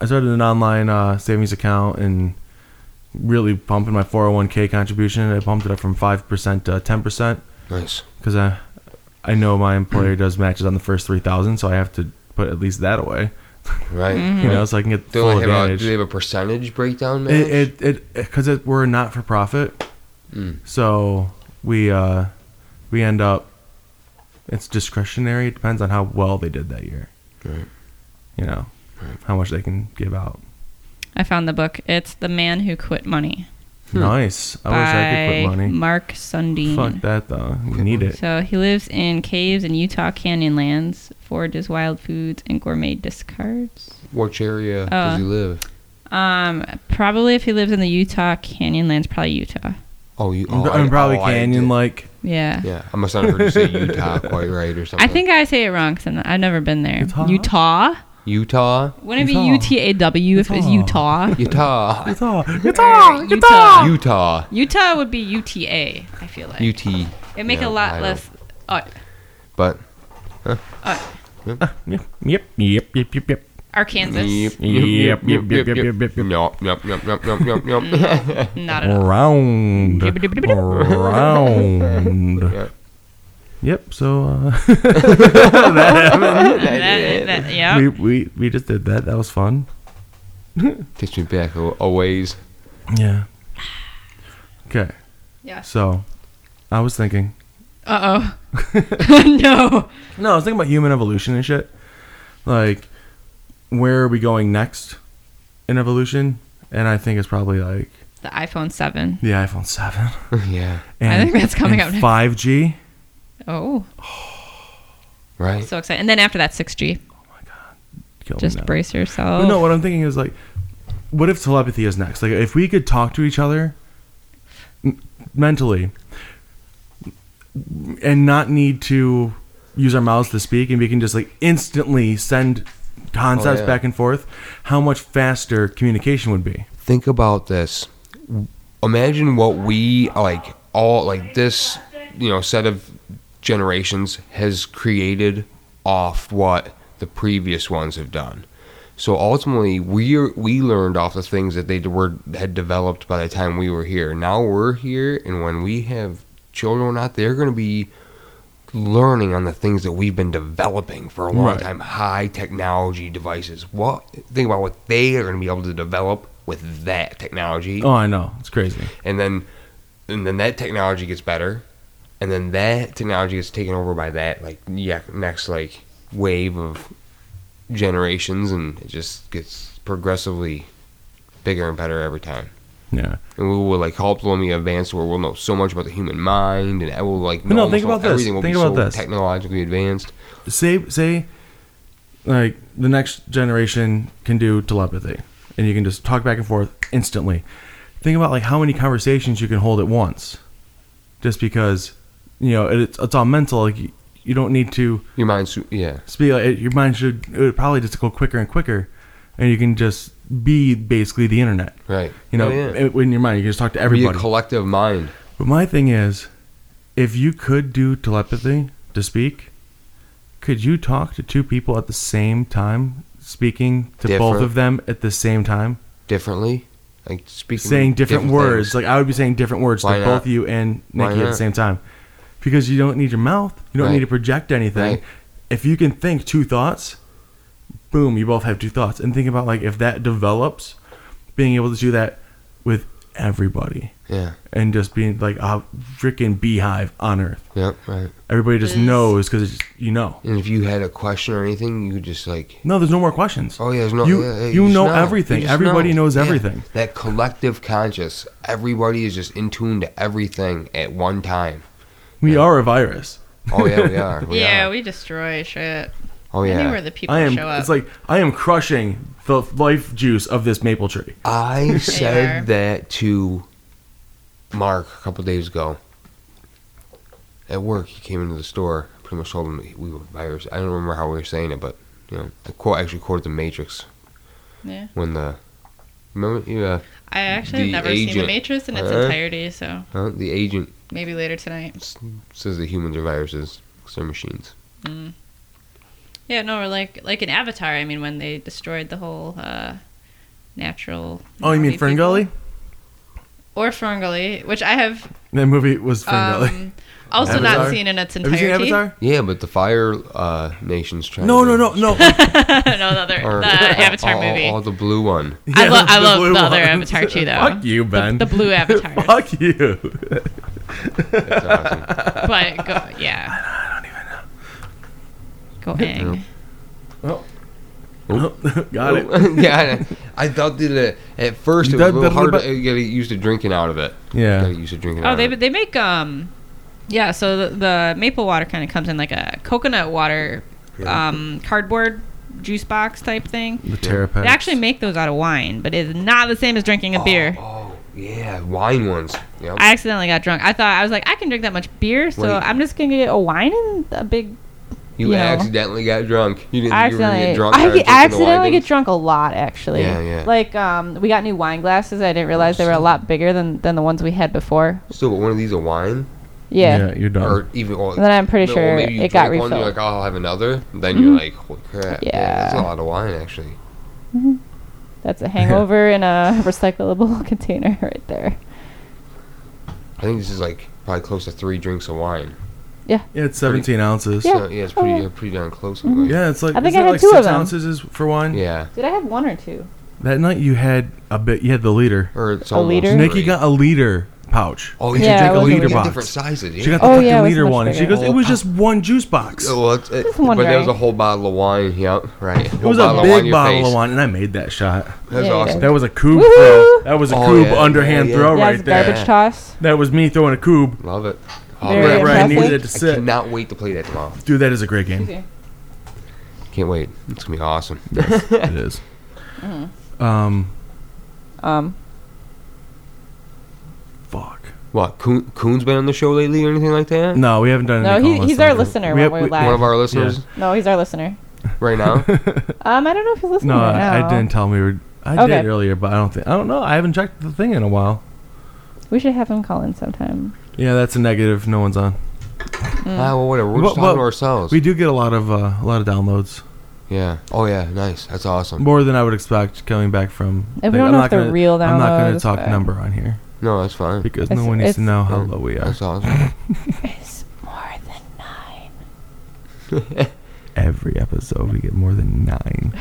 B: I started an online uh, savings account and really pumping my 401k contribution. I pumped it up from five percent to ten percent
C: Nice.
B: because I I know my employer does matches on the first three thousand, so I have to put at least that away.
C: Right.
A: Mm-hmm.
B: You know, so I can get
C: Do,
B: full
C: they have a,
B: advantage.
C: do they have a percentage breakdown? Man?
B: it it because it, we're not for profit,
C: Mm.
B: so we uh we end up it's discretionary. It depends on how well they did that year.
C: Right.
B: You know how much they can give out.
A: I found the book. It's The Man Who Quit Money
C: Hmm.
B: Nice. I
A: by
B: wish I could put money.
A: Mark Sundin.
B: Fuck that though. We need it.
A: So he lives in caves in Utah canyonlands, forages wild foods, and gourmet discards.
C: Which area
A: Uh,
C: does he live?
A: Um, probably if he lives in the Utah canyonlands, probably Utah.
C: Oh, you.
B: I'm
C: Oh, I-
B: probably
C: oh, I did-
B: canyon like.
A: Yeah.
C: Yeah, I must not have heard you say Utah quite right or something.
A: I think I say it wrong because I've never been there.
B: Utah?
A: Utah?
C: Utah,
A: Wouldn't it be
B: Utah.
A: U T A W if it was Utah?
C: Utah,
B: Utah.
A: Utah, Utah.
C: Utah,
A: Utah would be UTA, I feel like.
C: UT.
A: It'd make
C: Yeah,
A: a lot
C: I
A: less. Uh,
C: But
B: Yep. Yep. Yep. Yep. Yep. yep.
A: Arkansas.
B: Yep, yep, yep, yep, yep, yep, yep.
C: No, no, no, no, no, no,
A: Mm-hmm.
C: no.
A: Not at all.
B: Round.
A: Yibbidi-bibbidi-bidi.
B: Round.
C: Yeah.
B: Yep. So uh,
A: That- that- yeah.
B: we, we we just did that. That was fun.
C: Takes me back a, a ways.
B: Yeah. Okay.
A: Yeah.
B: So, I was thinking.
A: Uh oh. no.
B: No, I was thinking about human evolution and shit. Like, where are we going next in evolution? And I think it's probably like
A: The iPhone 7.
B: the iPhone Seven.
C: yeah,
A: I think that's coming up next.
B: Five G.
A: Oh,
C: right.
A: so excited. And then after that, 6G. Just brace yourself.
B: Oh, No, what I'm thinking is like, what if telepathy is next? Like, if we could talk to each other m- mentally and not need to use our mouths to speak, and we can just like instantly send concepts
C: yeah.
B: back and forth, how much faster communication would be?
C: think about this. Imagine what we like all like this, you know, set of generations has created off what the previous ones have done. So ultimately, we are, we learned off the things that they were had developed by the time we were here. Now we're here, and when we have children out, they're going to be learning on the things that we've been developing for a long
B: Right.
C: time. High technology devices. What think about what they are going to be able to develop with that technology,
B: Oh, I know, it's crazy.
C: and then and then that technology gets better, and then that technology gets taken over by that like yeah next like wave of generations, and it just gets progressively bigger and better every time.
B: Yeah.
C: And we will like ultimately advance where we'll know so much about the human mind, and I will like
B: But
C: know
B: no,
C: almost
B: think about this.
C: everything will
B: Think
C: be
B: about
C: so
B: this.
C: technologically advanced.
B: say say like the next generation can do telepathy and you can just talk back and forth instantly think about like how many conversations you can hold at once just because you know it, it's, it's all mental like you, you don't need to
C: Your mind's yeah.
B: speak like, your mind should it would probably just go quicker and quicker and you can just be basically the internet.
C: Right.
B: You know,
C: Oh, yeah.
B: in- in your mind, you can just talk to
C: be a
B: everybody.
C: collective mind.
B: But my thing is, if you could do telepathy to speak, could you talk to two people at the same time, speaking to both
C: Different.
B: of them at the same time,
C: differently, like speaking
B: saying different, words?
C: things.
B: Like I would be saying different words
C: Why
B: to
C: not?
B: both you and
C: Why
B: Nikki at the
C: not?
B: same time, because you don't need your mouth. You don't
C: Right.
B: need to project anything.
C: Right.
B: If you can think two thoughts, boom, you both have two thoughts. And think about like if that develops, being able to do that with everybody
C: Yeah.
B: and just being like a freaking beehive on earth.
C: Yep. Right.
B: Everybody just
A: Is-
B: knows 'cause knows because you know.
C: And if you had a question or anything, you could just like,
B: No, there's no more questions.
C: oh yeah, there's no.
B: You-
C: yeah, yeah,
B: you
C: just
B: know everything.
C: You just
B: Everybody knows
C: Yeah.
B: everything.
C: That collective conscious. Everybody is just in tune to everything at one time.
B: We
C: Yeah.
B: are a virus.
C: Oh yeah, we are. We
A: yeah,
C: Are.
A: we destroy shit.
C: oh yeah.
A: Anywhere the people
B: I am.
A: show up.
B: It's like I am crushing the life juice of this maple tree.
C: I
A: are.
C: said that to Mark a couple days ago. At work, he came into the store. I pretty much told him we were virus. I don't remember how we were saying it, but you know, I quote actually quoted the Matrix
A: yeah.
C: when the uh, remember yeah
A: I actually have
C: The
A: never seen The
C: agent.
A: Matrix in its
C: Uh-huh.
A: entirety, so
C: uh, the agent
A: maybe later tonight.
C: s- says that humans are viruses. 'cause They're machines.
A: Yeah, no, or like like in Avatar. I mean, when they destroyed the whole uh, natural.
B: Oh, you mean
A: people.
B: Ferngully?
A: Or Ferngully, which I have
B: That movie was Ferngully.
A: um, also
B: Avatar?
A: not seen in its
B: have you
A: entirety.
B: seen Avatar?
C: Yeah, but the fire uh, nations trying.
B: No, no,
C: to-
B: no, no.
A: no, the other
C: or-
A: the Avatar
B: Oh,
C: all-
A: movie.
C: all the blue one.
A: I, lo- I
B: the
A: love
B: blue
A: the other
B: one.
A: Avatar too, though.
B: Fuck you,
A: The-
B: Ben.
A: The, blue Avatar.
B: Fuck you.
C: That's awesome.
A: But go, yeah. I don't even know. Go Aang.
B: Got it.
C: yeah, I, I thought that uh, at first it was
B: That-
C: a little
B: that-
C: hard.
B: but-
C: to you gotta get used to drinking out of it.
B: Yeah.
C: gotta get used to drinking.
A: Oh,
C: out
A: they
C: of it.
A: they make um, yeah. So the, the maple water kind of comes in like a coconut water, um, cardboard juice box type thing.
B: The Terrapets.
A: They actually make those out of wine, but it's not the same as drinking a beer.
C: Oh yeah, wine ones. Yep.
A: I accidentally got drunk. I thought I was like, I can drink that much beer, so
C: Wait.
A: I'm just gonna get a wine and a big.
C: you
A: you know.
C: accidentally got drunk. You didn't.
A: I
C: think you were gonna
A: accidentally,
C: get drunk.
A: I
C: out of
A: get-
C: drinking the
A: accidentally
C: wine
A: get
C: things?
A: drunk a lot, actually.
C: Yeah, yeah. Oh,
A: Like, um, we got new wine glasses. I didn't realize they were a lot bigger than than the ones we had before.
C: So one of these a wine,
A: Yeah.
B: you're done.
C: or even well,
A: And then I'm pretty
C: no,
A: sure
C: maybe you
A: it got
C: drink one,
A: refilled. Mm-hmm.
C: You're like, oh, I'll have another. Then you're like, holy crap, yeah. that's a
A: Yeah.
C: lot of wine actually.
A: That's a hangover in a recyclable container right there.
C: I think this is like probably close to three drinks of wine.
B: yeah, it's 17 ounces.
A: Yeah.
B: Yeah,
C: So, yeah, it's pretty,
A: Oh, Mm-hmm. yeah.
C: uh, pretty darn close. I'm like-
B: it's like
A: I think
B: isn't
A: I
B: it
A: had
B: like
A: two of
B: six
A: them.
B: ounces is for wine.
C: yeah.
A: Did I have one or two?
B: That night you had a bit. You had the liter.
C: Or it's
A: A
C: almost
A: liter?
C: three.
B: Nikki got a liter pouch.
C: Oh,
A: Yeah,
C: yeah,
A: it was a
C: you
A: liter
C: get
B: box.
C: different sizes. Yeah.
B: She got the
A: Oh,
B: fucking
A: yeah, it was
B: liter
A: much
B: one, and she
A: bigger.
B: goes, "It was just one juice box.
C: Oh, well, it's, it,
A: Just
C: but there
A: wondering.
C: was a whole bottle of wine. Yep, right.
B: It was a big bottle of wine, and I made that shot.
C: That was
A: Yeah, you
C: awesome.
B: That was a coob
A: Woohoo!
B: throw. That was a
C: Oh,
B: coob
C: yeah,
B: underhand
C: yeah, yeah.
B: throw
A: Yeah,
B: right
A: it's
B: there.
A: garbage toss.
B: That was me throwing a coob.
C: Love it. Oh,
A: Very
C: man,
B: Right, right. I needed it
A: impressive.
B: to
C: I
B: sit.
C: cannot wait to play that tomorrow.
B: Dude, that is a great game.
A: Easy.
C: Can't wait. It's gonna be awesome.
B: it is. Um,
A: Mm. Um,
B: fuck.
C: What? Coon, Coon's been on the show lately or anything like that?
B: No, we haven't done.
A: No,
B: any
A: he-
B: call
A: he's
B: lists on
A: our
B: it.
A: listener
B: We
A: when
B: have-
A: we're
B: we-
A: live.
C: One of our listeners
A: no, he's our listener.
C: right now.
A: Um, I don't know if he's listening
B: No,
A: right now.
B: I, I didn't tell him we were. I
A: Okay.
B: did earlier, but I don't think. I don't know. I haven't checked the thing in a while.
A: We should have him call in sometime.
B: Yeah, that's a negative. No one's on.
C: Ah, well, whatever. We're
B: Mm. Well,
C: just talking
B: well,
C: to ourselves.
B: We do get a lot of uh, a lot of downloads,
C: yeah. Oh yeah. Nice. That's awesome.
B: more than I would expect coming back from.
A: And we don't know if they're
B: gonna,
A: real
B: I'm not going to
A: downloads,
B: talk
A: but-
B: number on here
C: No, that's fine.
B: because
A: It's-
B: no one needs to
A: it's-
B: know how low we are.
C: That's awesome.
A: It's more than nine.
B: Every episode, we get more than nine.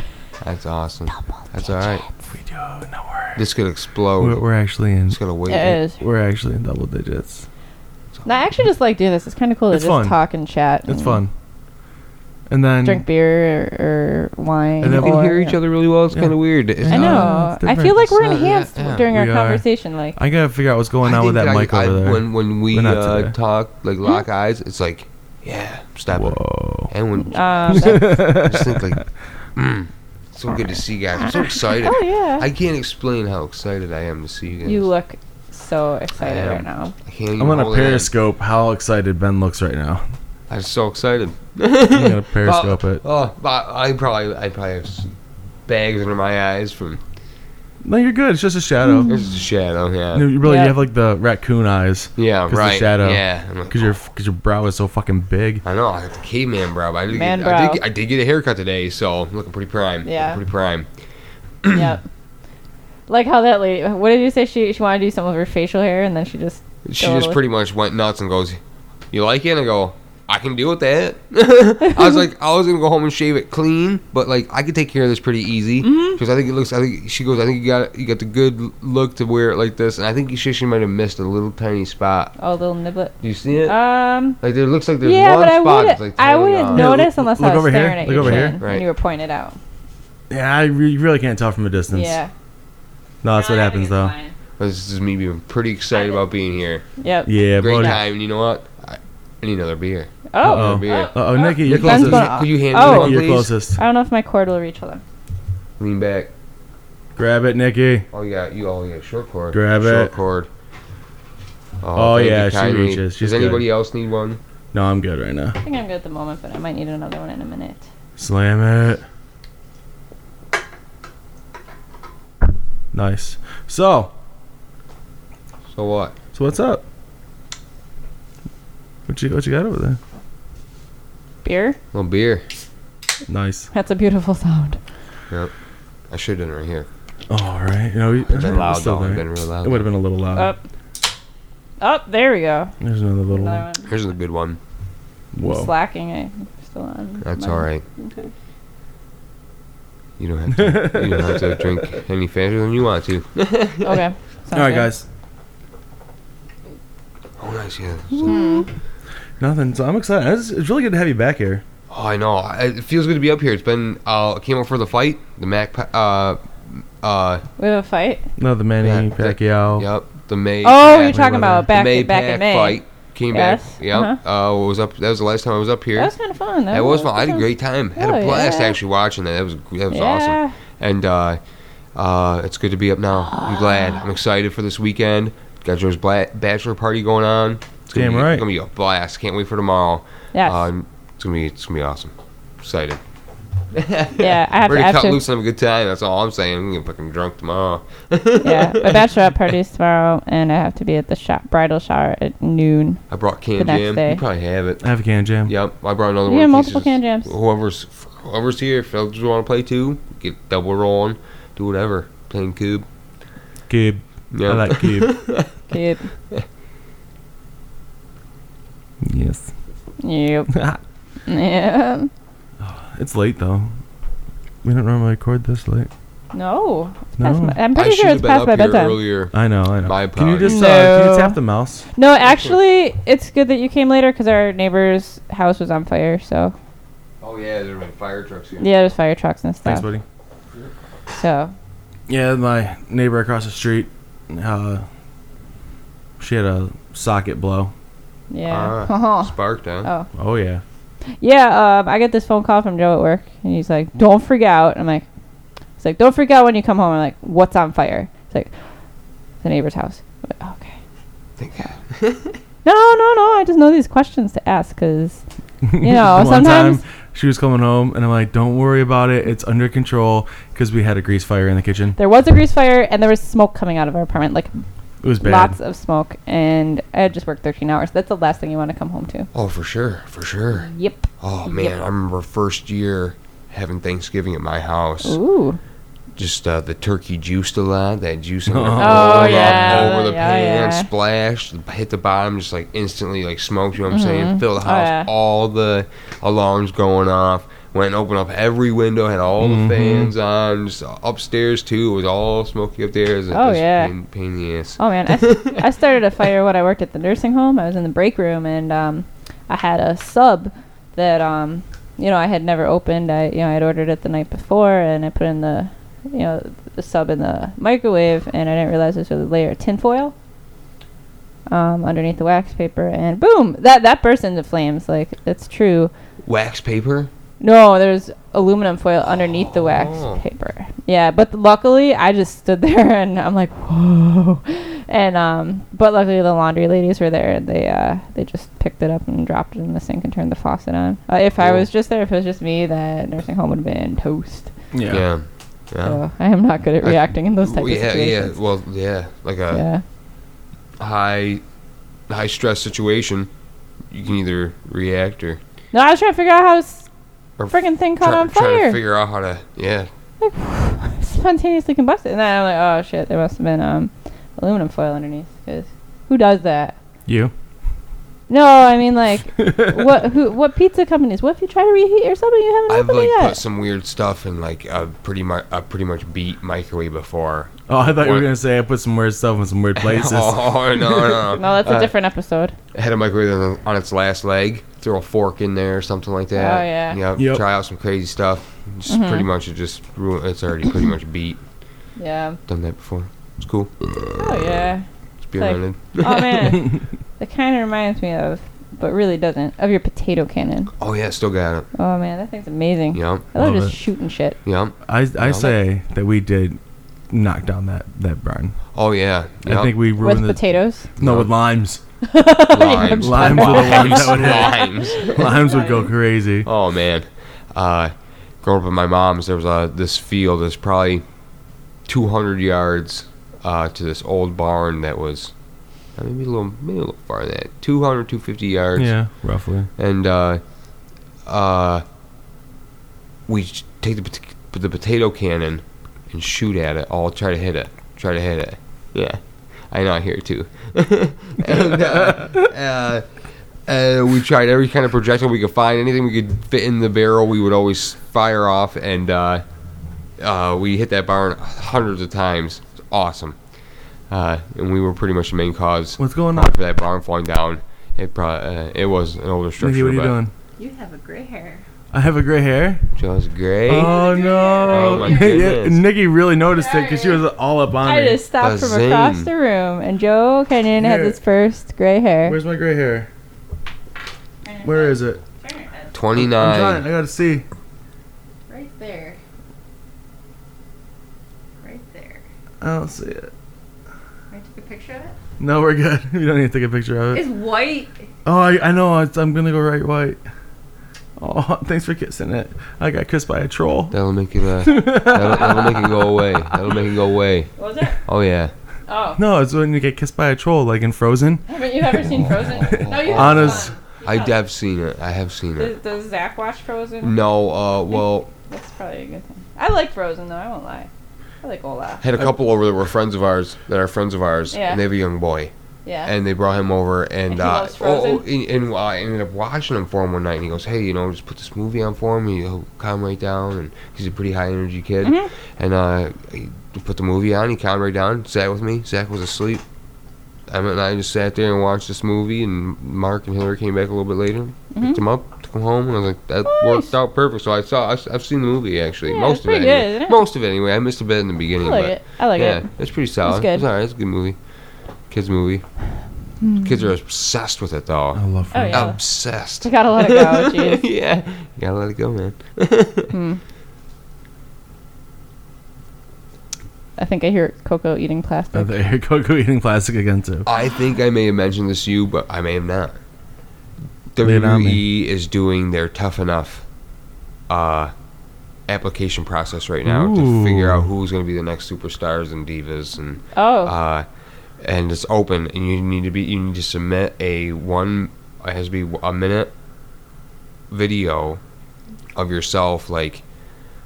C: That's awesome. That's all right.
B: We do. No worries.
C: This could
B: We're,
C: explode.
B: we're actually in.
C: Just gotta wait.
A: It is.
B: We're actually in double digits.
A: No, I actually just like doing this. It's kind of cool to
B: It's
A: just
B: fun.
A: talk and chat.
B: It's
A: and
B: fun. And then
A: Mm. Drink beer or, or wine.
B: And then
C: We
B: we
A: or,
C: can hear each other really well. It's
B: Yeah.
C: kind of weird. It's not-
A: I
B: Oh,
A: know.
B: it's
A: I
B: different.
A: feel like we're
C: It's not- yeah,
A: enhanced
C: yeah.
A: during our
B: We are.
A: conversation. Like,
B: I gotta figure out what's going
C: I
B: on with
C: think
B: that mic
C: I-
B: over
C: I-
B: there.
C: When when we
B: We're not
C: uh,
B: today. Hmm?
C: talk like lock eyes, it's like yeah, stop it.
B: Whoa.
C: And when
A: um, that's-
C: I just think like, mm, so good to see you guys. I'm so excited.
A: oh yeah,
C: I can't explain how excited I am to see you guys.
A: you look so excited
C: am.
A: right now.
C: I can't even
B: I'm gonna
C: hold it in.
B: periscope how excited Ben looks right now.
C: I'm so excited.
B: I'm gonna periscope it.
C: Oh, but I probably I probably have s- bags under my eyes from.
B: No, you're good. It's just a shadow.
C: It's just a shadow. Yeah.
B: No, you really,
A: Mm. Yeah.
B: you have like the raccoon eyes
C: yeah.
B: 'Cause
C: Right.
B: the shadow.
C: Yeah. I'm like,
B: because your because your brow is so fucking big.
C: I know. I got the caveman brow. But I did,
A: Man
C: get, I,
A: brow.
C: did, get- I did get a haircut today, so I'm looking pretty prime. looking
A: Yeah.
C: pretty prime.
A: yep. Like how that lady. What did you say? She she wanted to do something with her facial hair, and then she just.
C: She just
A: Totally.
C: pretty much went nuts and goes, "You like it?" And I go, "I can deal with that." I was like, I was gonna go home and shave it clean, but like I could take care of this pretty easy
A: Mm-hmm.
C: because I think it looks. I think she goes, "I think you got you got the good l- look to wear it like this," and I think she she might have missed a little tiny spot.
A: Oh, little niblet.
C: Do you see it?
A: Um.
C: like there looks like there's
A: Yeah,
C: one
A: but I
C: spot.
A: wouldn't.
C: that's, like,
A: I
C: totally
A: wouldn't
C: gone.
B: know-
A: notice
B: look-
A: unless
B: look
A: I was
B: over here.
A: staring at
B: Look
A: your
B: over here.
A: chin and
C: Right.
A: you were pointing out.
B: Yeah, I re- you really can't tell from a distance.
A: Yeah.
B: No, that's what happens though.
C: This is me being pretty excited about being here.
A: Yep.
B: Yeah,
C: Great
B: bro. Uh
C: time. And you know what? I, I need another beer.
A: Oh.
B: oh.
C: Another beer.
B: Oh, Nikki, you're
A: Ben's
B: closest.
A: gonna-
C: Could you hand
A: Oh.
C: me
B: Nikki,
C: one,
B: you're
C: please?
B: closest.
A: I don't know if my cord will reach. Hold on.
C: Lean back.
B: Grab it, Nikki.
C: Oh yeah, you all yeah, short cord.
B: Grab
C: short
B: it.
C: cord.
B: Oh,
C: thank you
B: yeah, she
C: kindly.
B: reaches. She's
C: Does anybody else need one?
B: No, I'm good right now.
A: I think I'm good at the moment, but I might need another one in a minute.
B: Slam it. Nice. So,
C: So what?
B: so what's up? What you what you got over there?
A: Beer?
C: A little beer.
B: Nice.
A: That's a beautiful sound.
C: I should have done it right here.
B: All right. You know, we-
C: It's been loud
B: it's still
C: though. It's
B: there.
C: been real
B: It would have
C: loud.
B: been a little loud.
A: Up. Up. There we go.
B: There's another little.
A: Another one.
C: Here's a good one.
B: Whoa.
A: Slacking. I'm still on.
C: That's
A: my-
C: all right.
E: Okay.
C: You don't have to. you don't have to drink any faster than you want to.
A: Okay.
B: All right, guys.
C: Oh nice, yeah.
B: Nothing. So I'm excited. It's, it's really good to have you back here.
C: Oh, I know. I- It feels good to be up here. It's been. Uh, I came up for the fight. The Mac. Pa- uh, uh.
A: We have a fight.
B: No, the Manny
C: Yeah.
B: Pacquiao.
C: Yep. The May.
A: Oh,
C: Pac-
A: you're talking
B: whatever.
A: about back
C: May
A: back in
C: Pac
A: May.
C: fight. Came
A: Yes,
C: back. Yep.
A: uh-huh.
C: Uh, was up. That was the last time I was up here.
A: That was kind of fun. That
C: That was fun. I had a great time. Had
A: Oh,
C: a blast
A: yeah.
C: actually watching that. That was that was
A: Yeah.
C: awesome. And uh, uh, it's good to be up now. I'm glad. I'm excited for this weekend. Got Joe's bla- bachelor party going on. It's gonna
B: Damn
C: be,
B: right.
C: It's gonna be a blast. Can't wait for tomorrow.
A: Yes.
C: Uh, it's gonna be it's gonna be awesome. Excited.
A: yeah, I
C: We're
A: have to. I
C: gonna
A: have
C: cut
A: to
C: loose and have a good time. That's all I'm saying. I'm gonna get fucking drunk tomorrow.
A: yeah, my bachelorette party is tomorrow, and I have to be at the sho bridal shower at noon.
C: I brought
A: The
C: canned
A: next
C: jam.
A: day.
C: You probably have it.
B: I have a can jam.
C: Yep. I brought another
A: You
C: one.
A: have
C: of
A: multiple
C: pieces.
A: canned jams.
C: Whoever's whoever's here, if others want to play too, get double rolling, do whatever. Playing cube.
B: Cube.
C: Yeah.
B: I like cube.
A: Yep.
B: yes.
A: Yep. yeah.
B: It's late though. We don't normally record this late.
A: No. It's
B: No.
A: past my, I'm
C: I
A: pretty
C: should
A: sure
C: have
A: it's
C: been
A: past
C: up
A: my
C: here
A: bedtime.
C: earlier.
B: I know. I know.
C: My
B: can you just
A: apologies.
B: uh, can you
A: No.
B: tap the mouse?
A: No, actually, it's good that you came later because our neighbor's house was on fire. So
C: Oh yeah, there have been fire trucks here.
A: yeah, there's fire trucks and
B: Thanks,
A: stuff.
B: buddy.
A: so
B: Yeah, my neighbor across the street. Uh, she had a socket blow.
A: yeah.
C: Sparked, huh?
A: oh.
B: Oh yeah.
A: Yeah, um, I get this phone call from Joe at work, and he's like, "Don't freak out." I'm like, "He's like, don't freak out when you come home." I'm like, "What's on fire?" It's like, "The neighbor's house." I'm like, "Okay." Oh.
C: Thank God.
A: No, no, no. I just know these questions to ask because you know
B: One
A: sometimes.
B: time she was coming home, and I'm like, "Don't worry about it. It's under control." Because we had a grease fire in the kitchen.
A: There was a grease fire and there was smoke coming out of our apartment, like
B: It was bad.
A: lots of smoke. And I had just worked 13 hours. That's the last thing you want to come home to.
C: Oh, for sure, for sure.
A: Yep.
C: Oh man, I remember first year having Thanksgiving at my house.
A: Ooh.
C: Just uh, the turkey juiced a lot. That juice
B: Oh.
A: Oh,
C: up
A: yeah,
C: over the
A: yeah,
C: pan,
A: yeah.
C: splashed, hit the bottom, just like instantly, like smoked. You know what I'm saying? Filled the
A: Oh,
C: house,
A: yeah.
C: all the alarms going off. Went and opened up every window, had all
A: Mm-hmm.
C: the fans on. Just upstairs too, it was all smoky up there. It was, it
A: Oh,
C: was a
A: yeah.
C: pain, pain in the ass.
A: Oh man, I, s- I started a fire when I worked at the nursing home. I was in the break room and um, I had a sub that um, you know I had never opened. I you know I had ordered it the night before and I put in the you know the sub in the microwave and I didn't realize there was a layer of tinfoil um, underneath the wax paper and boom that that burst into flames. Like it's true.
C: Wax paper.
A: No, there's aluminum foil underneath the
C: Oh.
A: wax paper. Yeah, but luckily I just stood there and I'm like, whoa. And um, but luckily the laundry ladies were there and they uh they just picked it up and dropped it in the sink and turned the faucet on. Uh, if I
C: Cool.
A: was just there, if it was just me, that nursing home would have been toast.
C: Yeah. Yeah.
A: So I am not good at
C: I-
A: reacting in those types
C: yeah,
A: of situations.
C: yeah. Well, yeah. Like a
A: yeah.
C: high, high stress situation, you can either react or
A: No, I was trying to figure out how this
C: Or
A: freaking thing caught
C: try,
A: on
C: try to
A: fire.
C: figure out how to. Yeah.
A: Spontaneously combusted. And then I'm like, oh shit, there must have been um, aluminum foil underneath. Because who does that?
B: You.
A: No, I mean like what? Who? What pizza companies? What if you try to reheat or something you haven't
C: I've
A: opened
C: like
A: it
C: put
A: yet?
C: some weird stuff in like a pretty much a pretty much beat microwave before.
B: Oh, I thought you were
C: What?
B: gonna say I put some weird stuff in some weird places.
C: oh no no.
A: No, that's
C: Uh,
A: a different episode.
C: I had a microwave on, on its last leg. Throw a fork in there or something like that.
A: Oh, yeah. Mm-hmm.
C: You know,
B: Yep.
C: Try out some crazy stuff. Just pretty much it just ruin. It's already pretty much beat.
A: Yeah.
C: Done that before. It's cool.
A: Oh yeah.
C: It's being
A: like-
C: rented.
A: Oh man, that kind of reminds me of, but really doesn't, of your potato cannon.
C: Oh yeah, still got it.
A: Oh man, that thing's amazing.
C: Yep.
A: I love,
B: Love
A: just
B: it.
A: shooting shit.
C: Yep.
B: I I
C: No.
B: say that we did knock down that that barn.
C: Oh yeah. Yep.
B: I think we
A: With
B: ruined the
A: potatoes.
B: no with limes.
C: limes.
B: Limes are the ones that would
C: Limes.
B: limes would go crazy.
C: Oh man, uh, growing up at my mom's, there was a this field that's probably 200 yards uh, to this old barn that was uh, maybe a little maybe a little farther than that 200 250 yards.
B: Yeah, roughly.
C: And uh, uh, we sh- take the pot- put the potato cannon and shoot at it. All try to hit it. Try to hit it. Yeah, I know. I hear it too. and, uh, uh, uh, we tried every kind of projectile we could find, anything we could fit in the barrel, we would always fire off, and uh, uh, we hit that barn hundreds of times. It's awesome. Uh, and we were pretty much the main cause
B: What's going on?
C: for that barn falling down. It probably uh, it was an older
B: Nikki,
C: structure.
B: what are you
C: but
B: doing?
F: You have a gray hair.
B: I have a gray hair.
C: Joe's gray.
B: Oh no!
C: Oh, my
B: yeah,
C: goodness.
B: Nikki really noticed it because she was all up on
A: I
B: me.
A: just stopped from across
C: Bazing.
A: the room, and Joe Kenyon had
B: Here.
A: his first gray hair.
B: Where's my gray hair? Where is it?
C: Twenty
B: I'm trying.
C: nine.
B: I gotta see.
F: Right there. Right there.
B: I don't see it.
F: I took a picture of
B: No, we're good. We don't need to take a picture of it.
F: It's white.
B: Oh, I, I know. It's, I'm gonna go right white. Oh, thanks for kissing it. I got kissed by a troll.
C: That'll make it. Uh, that'll, that'll make it go away. That'll make it go away.
A: Was it?
C: Oh yeah.
A: Oh,
B: No, it's when you get kissed by a troll, like in Frozen.
A: haven't you ever seen Frozen? No, you
B: haven't. Anna's-
C: I have seen it. I have seen it.
A: Does Zach watch Frozen?
C: No. Uh. Well,
A: That's probably a good thing. I like Frozen though. I won't lie. I like Olaf.
C: had a couple over that were friends of ours that are friends of ours,
A: Yeah.
C: and they have a young boy,
A: Yeah.
C: and they brought him over, and,
A: And he
C: uh,
A: loves
C: oh, oh,
A: Frozen?
C: and, and I ended up watching him for him one night, and he goes, "Hey, you know, just put this movie on for him, and he'll calm right down." And he's a pretty high energy kid,
A: Mhm.
C: and uh, he put the movie on, he calmed right down, sat with me. Zach was asleep. I mean, I just sat there and watched this movie, and Mark and Hillary came back a little bit later, picked him up, took him home, and I was like, "That
A: Mm-hmm. Nice.
C: worked out perfect." So I saw, I've, I've seen the movie actually,
A: Yeah,
C: most
A: it's
C: of it,
A: pretty good,
C: anyway.
A: isn't it?
C: most of it anyway. I missed a bit in the
A: I
C: beginning,
A: like
C: but
A: it. I like
C: yeah,
A: it.
C: it's pretty solid. It's,
A: good.
C: alright. It's a good movie. Kids movie. Kids are obsessed with it though.
B: I
A: Oh
B: love
A: Hmm.
B: Frozen.
A: yeah.
C: Obsessed.
A: You gotta let it go. Jeez.
C: yeah, you gotta let it go, man.
A: I think I hear Coco eating
C: Uh,
B: Oh,
A: plastic.
B: there, Coco eating plastic again too.
C: I think I may have mentioned this to you, but I may have not.
B: Lean on
C: WWE is doing their tough enough uh, application process right now to
B: Ooh.
C: figure out who's going to be the next superstars and divas and
A: Oh,
C: uh, and it's open and you need to be you need to submit a one it has to be a minute video of yourself like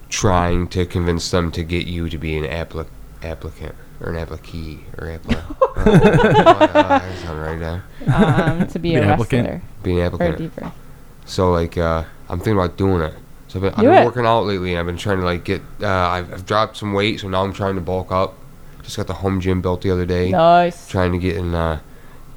C: trying to convince them to get you to be an applic- applicant or an applicee or applicant right now uh,
A: um, to be
B: The
A: a
B: applicant.
A: wrestler
C: be an
A: or
C: applicant
A: deeper.
C: so like uh, I'm thinking about doing it so I've been, I've
A: Do
C: been
A: it.
C: working out lately and I've been trying to like get uh, I've, I've dropped some weight so now I'm trying to bulk up just got the home gym built the other day
A: Nice.
C: trying to get in uh,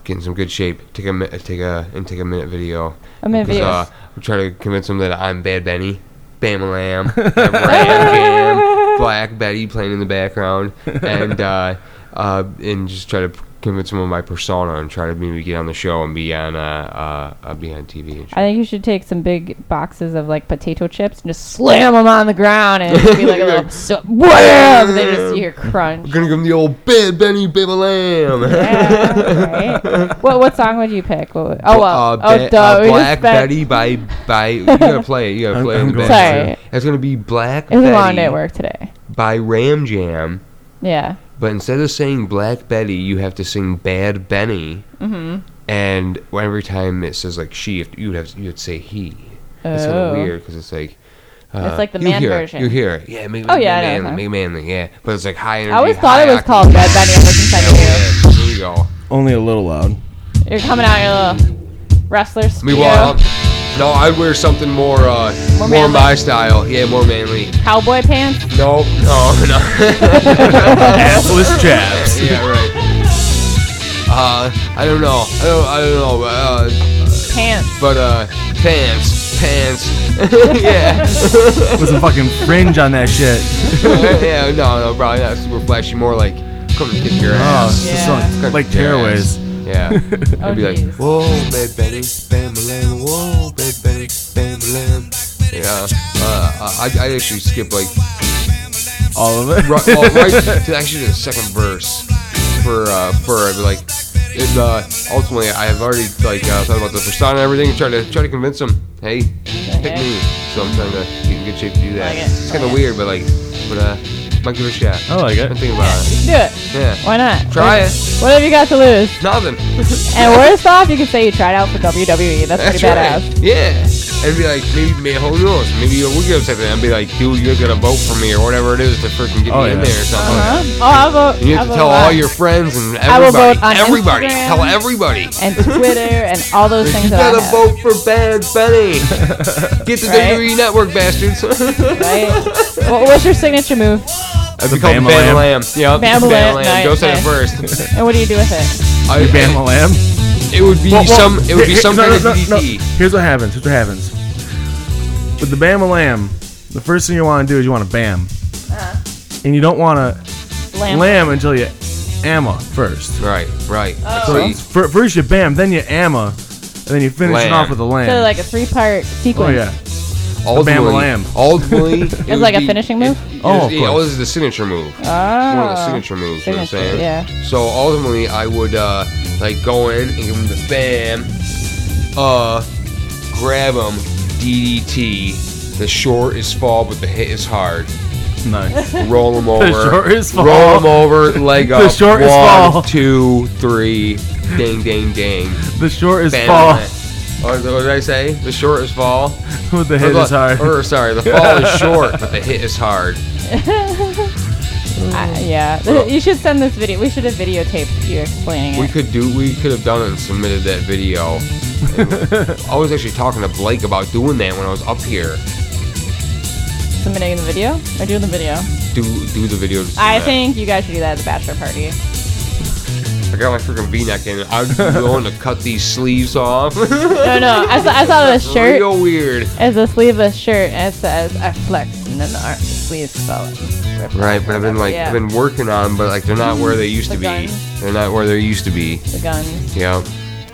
C: get in some good shape. Take a mi- take a and take a minute video.
A: I'm gonna be.
C: uh, I'm trying to convince them that I'm Bad Benny, Bam Lam, Ram Cam, Black Betty playing in the background, and uh, uh, and just try to p- convince them of my persona and try to maybe get on the show and be on uh, uh, uh, be on TV. And
A: I
C: shit.
A: think you should take some big boxes of like potato chips and just slam them on the ground and it'd be like a little so, wham. They just you hear crunch.
C: We're gonna give them the old Bad Benny, Bam Lam.
A: Yeah, right. What what song would you pick? What would, oh well,
C: uh,
A: oh
C: Ba-
A: duh,
C: uh,
A: we just
C: Black
A: spent-
C: Betty by by you gotta play it. You gotta play it. You gotta
B: I'm- I'm
C: play it. in the
B: going
A: to. Sorry.
C: background. It's gonna be Black.
A: It was a long
C: Betty
A: day at work today.
C: by Ram Jam,
A: Yeah.
C: but instead of saying Black Betty, you have to sing Bad Benny.
A: Mm-hmm.
C: And every time it says like she, you would have you would say he. It's kind of weird because it's like. Uh,
A: Oh. It's like the
C: you
A: man
C: hear it,
A: version.
C: You hear it. Yeah, make,
A: Oh, yeah, I know,
C: make
A: huh?
C: manly, make manly, yeah. But it's like high energy.
A: I always thought it
C: high
A: was
C: octane.
A: called Bad Bunny. I was inside
C: Yeah,
A: you.
C: here we go.
B: Only a little loud.
A: You're coming out in your little wrestler
C: Meanwhile,
A: speedo,
C: no, I'd wear something more, uh,
A: More
C: more,
A: manly.
C: my style. Yeah, more manly.
A: cowboy pants.
C: No, no, no.
B: Assless chaps.
C: yeah, right. Uh, I don't know. I don't, I don't know. Uh,
A: Pants.
C: but uh, pants, pants. yeah,
B: With some fucking fringe on that shit.
C: yeah. No, no, probably not super flashy. More like, come and kick your
B: Oh,
C: ass.
B: it's
A: Yeah.
B: just like, like
C: Kick your ass.
B: tearaways.
C: Yeah.
A: Oh,
C: I'd be like,
A: jeez.
C: whoa, bad Betty, bam bam, whoa, bad Betty, bam bam. Yeah, uh, I, I actually skip like
B: All of it.
C: right, well, oh, right to actually the second verse for uh, for I'd be like, it, uh, ultimately I've already like uh, thought about the persona and everything, try to try to convince them, hey, pick
A: yeah.
C: me. So I'm trying to get in good shape to do that.
A: Like it,
C: It's kind of
A: like it.
C: weird, but like, but uh, might give it a shot.
B: I like
C: I've been
B: it.
C: thinking about it.
A: Do it.
C: Yeah,
A: Why not?
C: Try
A: What-
C: it.
A: What have you got to lose?
C: nothing.
A: And worst off, you can say you tried out for WWE. That's pretty
C: That's
A: badass.
C: right. Yeah. It'd be like maybe, maybe who knows? Maybe you'll get upset then. I'd be like, dude, you're gonna vote for me or whatever it is to freaking get
B: Oh,
C: me in
B: yeah.
C: there or something.
A: Huh? Oh, I'll vote.
C: And you have
A: I'll
C: to tell
A: vote
C: all
A: on-
C: your friends and
A: I will
C: everybody.
A: vote on
C: everybody.
A: Instagram.
C: Tell everybody.
A: and Twitter and all those things
C: You
A: that I
C: gotta
A: have.
C: vote for Bad Bunny. Get the
A: Right?
C: WWE Network, bastards. I'd
A: Right? What- what's your signature move?
C: be called Bam
B: Bama Lamb.
C: Lamb. Yep.
A: Bama Lamb,
C: Go
A: nice,
C: say it
A: nice.
C: first.
A: And what do you do with it?
C: I,
B: Bama Lamb.
C: it would be
B: Well, well,
C: some. It would be
B: here-
C: some
B: no,
C: kind
B: no,
C: of
B: no, no.
C: DDT.
B: Here's what happens. Here's what happens. With the Bama Lamb, the first thing you want to do is you want to bam, and you don't want to
A: Uh-huh. Lamb.
B: lamb. until you amma first.
C: Right. Right.
A: Oh.
B: So
C: So
B: it's fir- first you bam, then you amma, and then you finish it
C: Lamb.
B: off with a lamb.
A: So like a three-part
B: oh
A: sequence.
B: yeah.
C: ultimately,
B: Bama Lamb.
C: ultimately, it would
A: like a
C: be-
A: finishing move?
C: It, it
B: Oh,
C: was-
B: of
C: yeah,
B: course.
C: it was the signature move.
A: Oh.
C: one of the signature moves. you know what I'm
A: Signature,
C: saying?
A: yeah.
C: So ultimately, I would uh, like go in and give him the bam, uh, grab him, DDT. The short is fall, but the hit is hard.
B: Nice.
C: Roll him over.
B: The short is fall.
C: Roll him over. Leg
B: The
C: up.
B: short is
C: One,
B: fall.
C: two, three. Ding, ding, ding.
B: the short is
C: Bam.
B: fall
C: Or the- what did I say? The short is fall.
B: with the
C: Or
B: hit
C: the-
B: is hard.
C: Or sorry, the fall is short, but the hit is hard.
A: I- yeah. Th- You should send this video. We should have videotaped you explaining
C: We
A: it.
C: could do. We could have done it and submitted that video. And I was actually talking to Blake about doing that when I was up here.
A: Submitting the video or doing the video.
C: Do do the video. to
A: I
C: submit.
A: think you guys should do that at the bachelor party.
C: I got my freaking V-neck in. I'm going to cut these sleeves off.
A: No, no. I saw, I saw this shirt.
C: Real weird.
A: It's a sleeveless shirt, and it says "I flex," and then the ar- sleeves spell it.
C: Right, but I've been like
A: Yeah.
C: I've been working on, 'em, but like they're not where they used to
A: The
C: be.
A: gun.
C: They're not where they used to be.
A: The guns.
C: Yeah.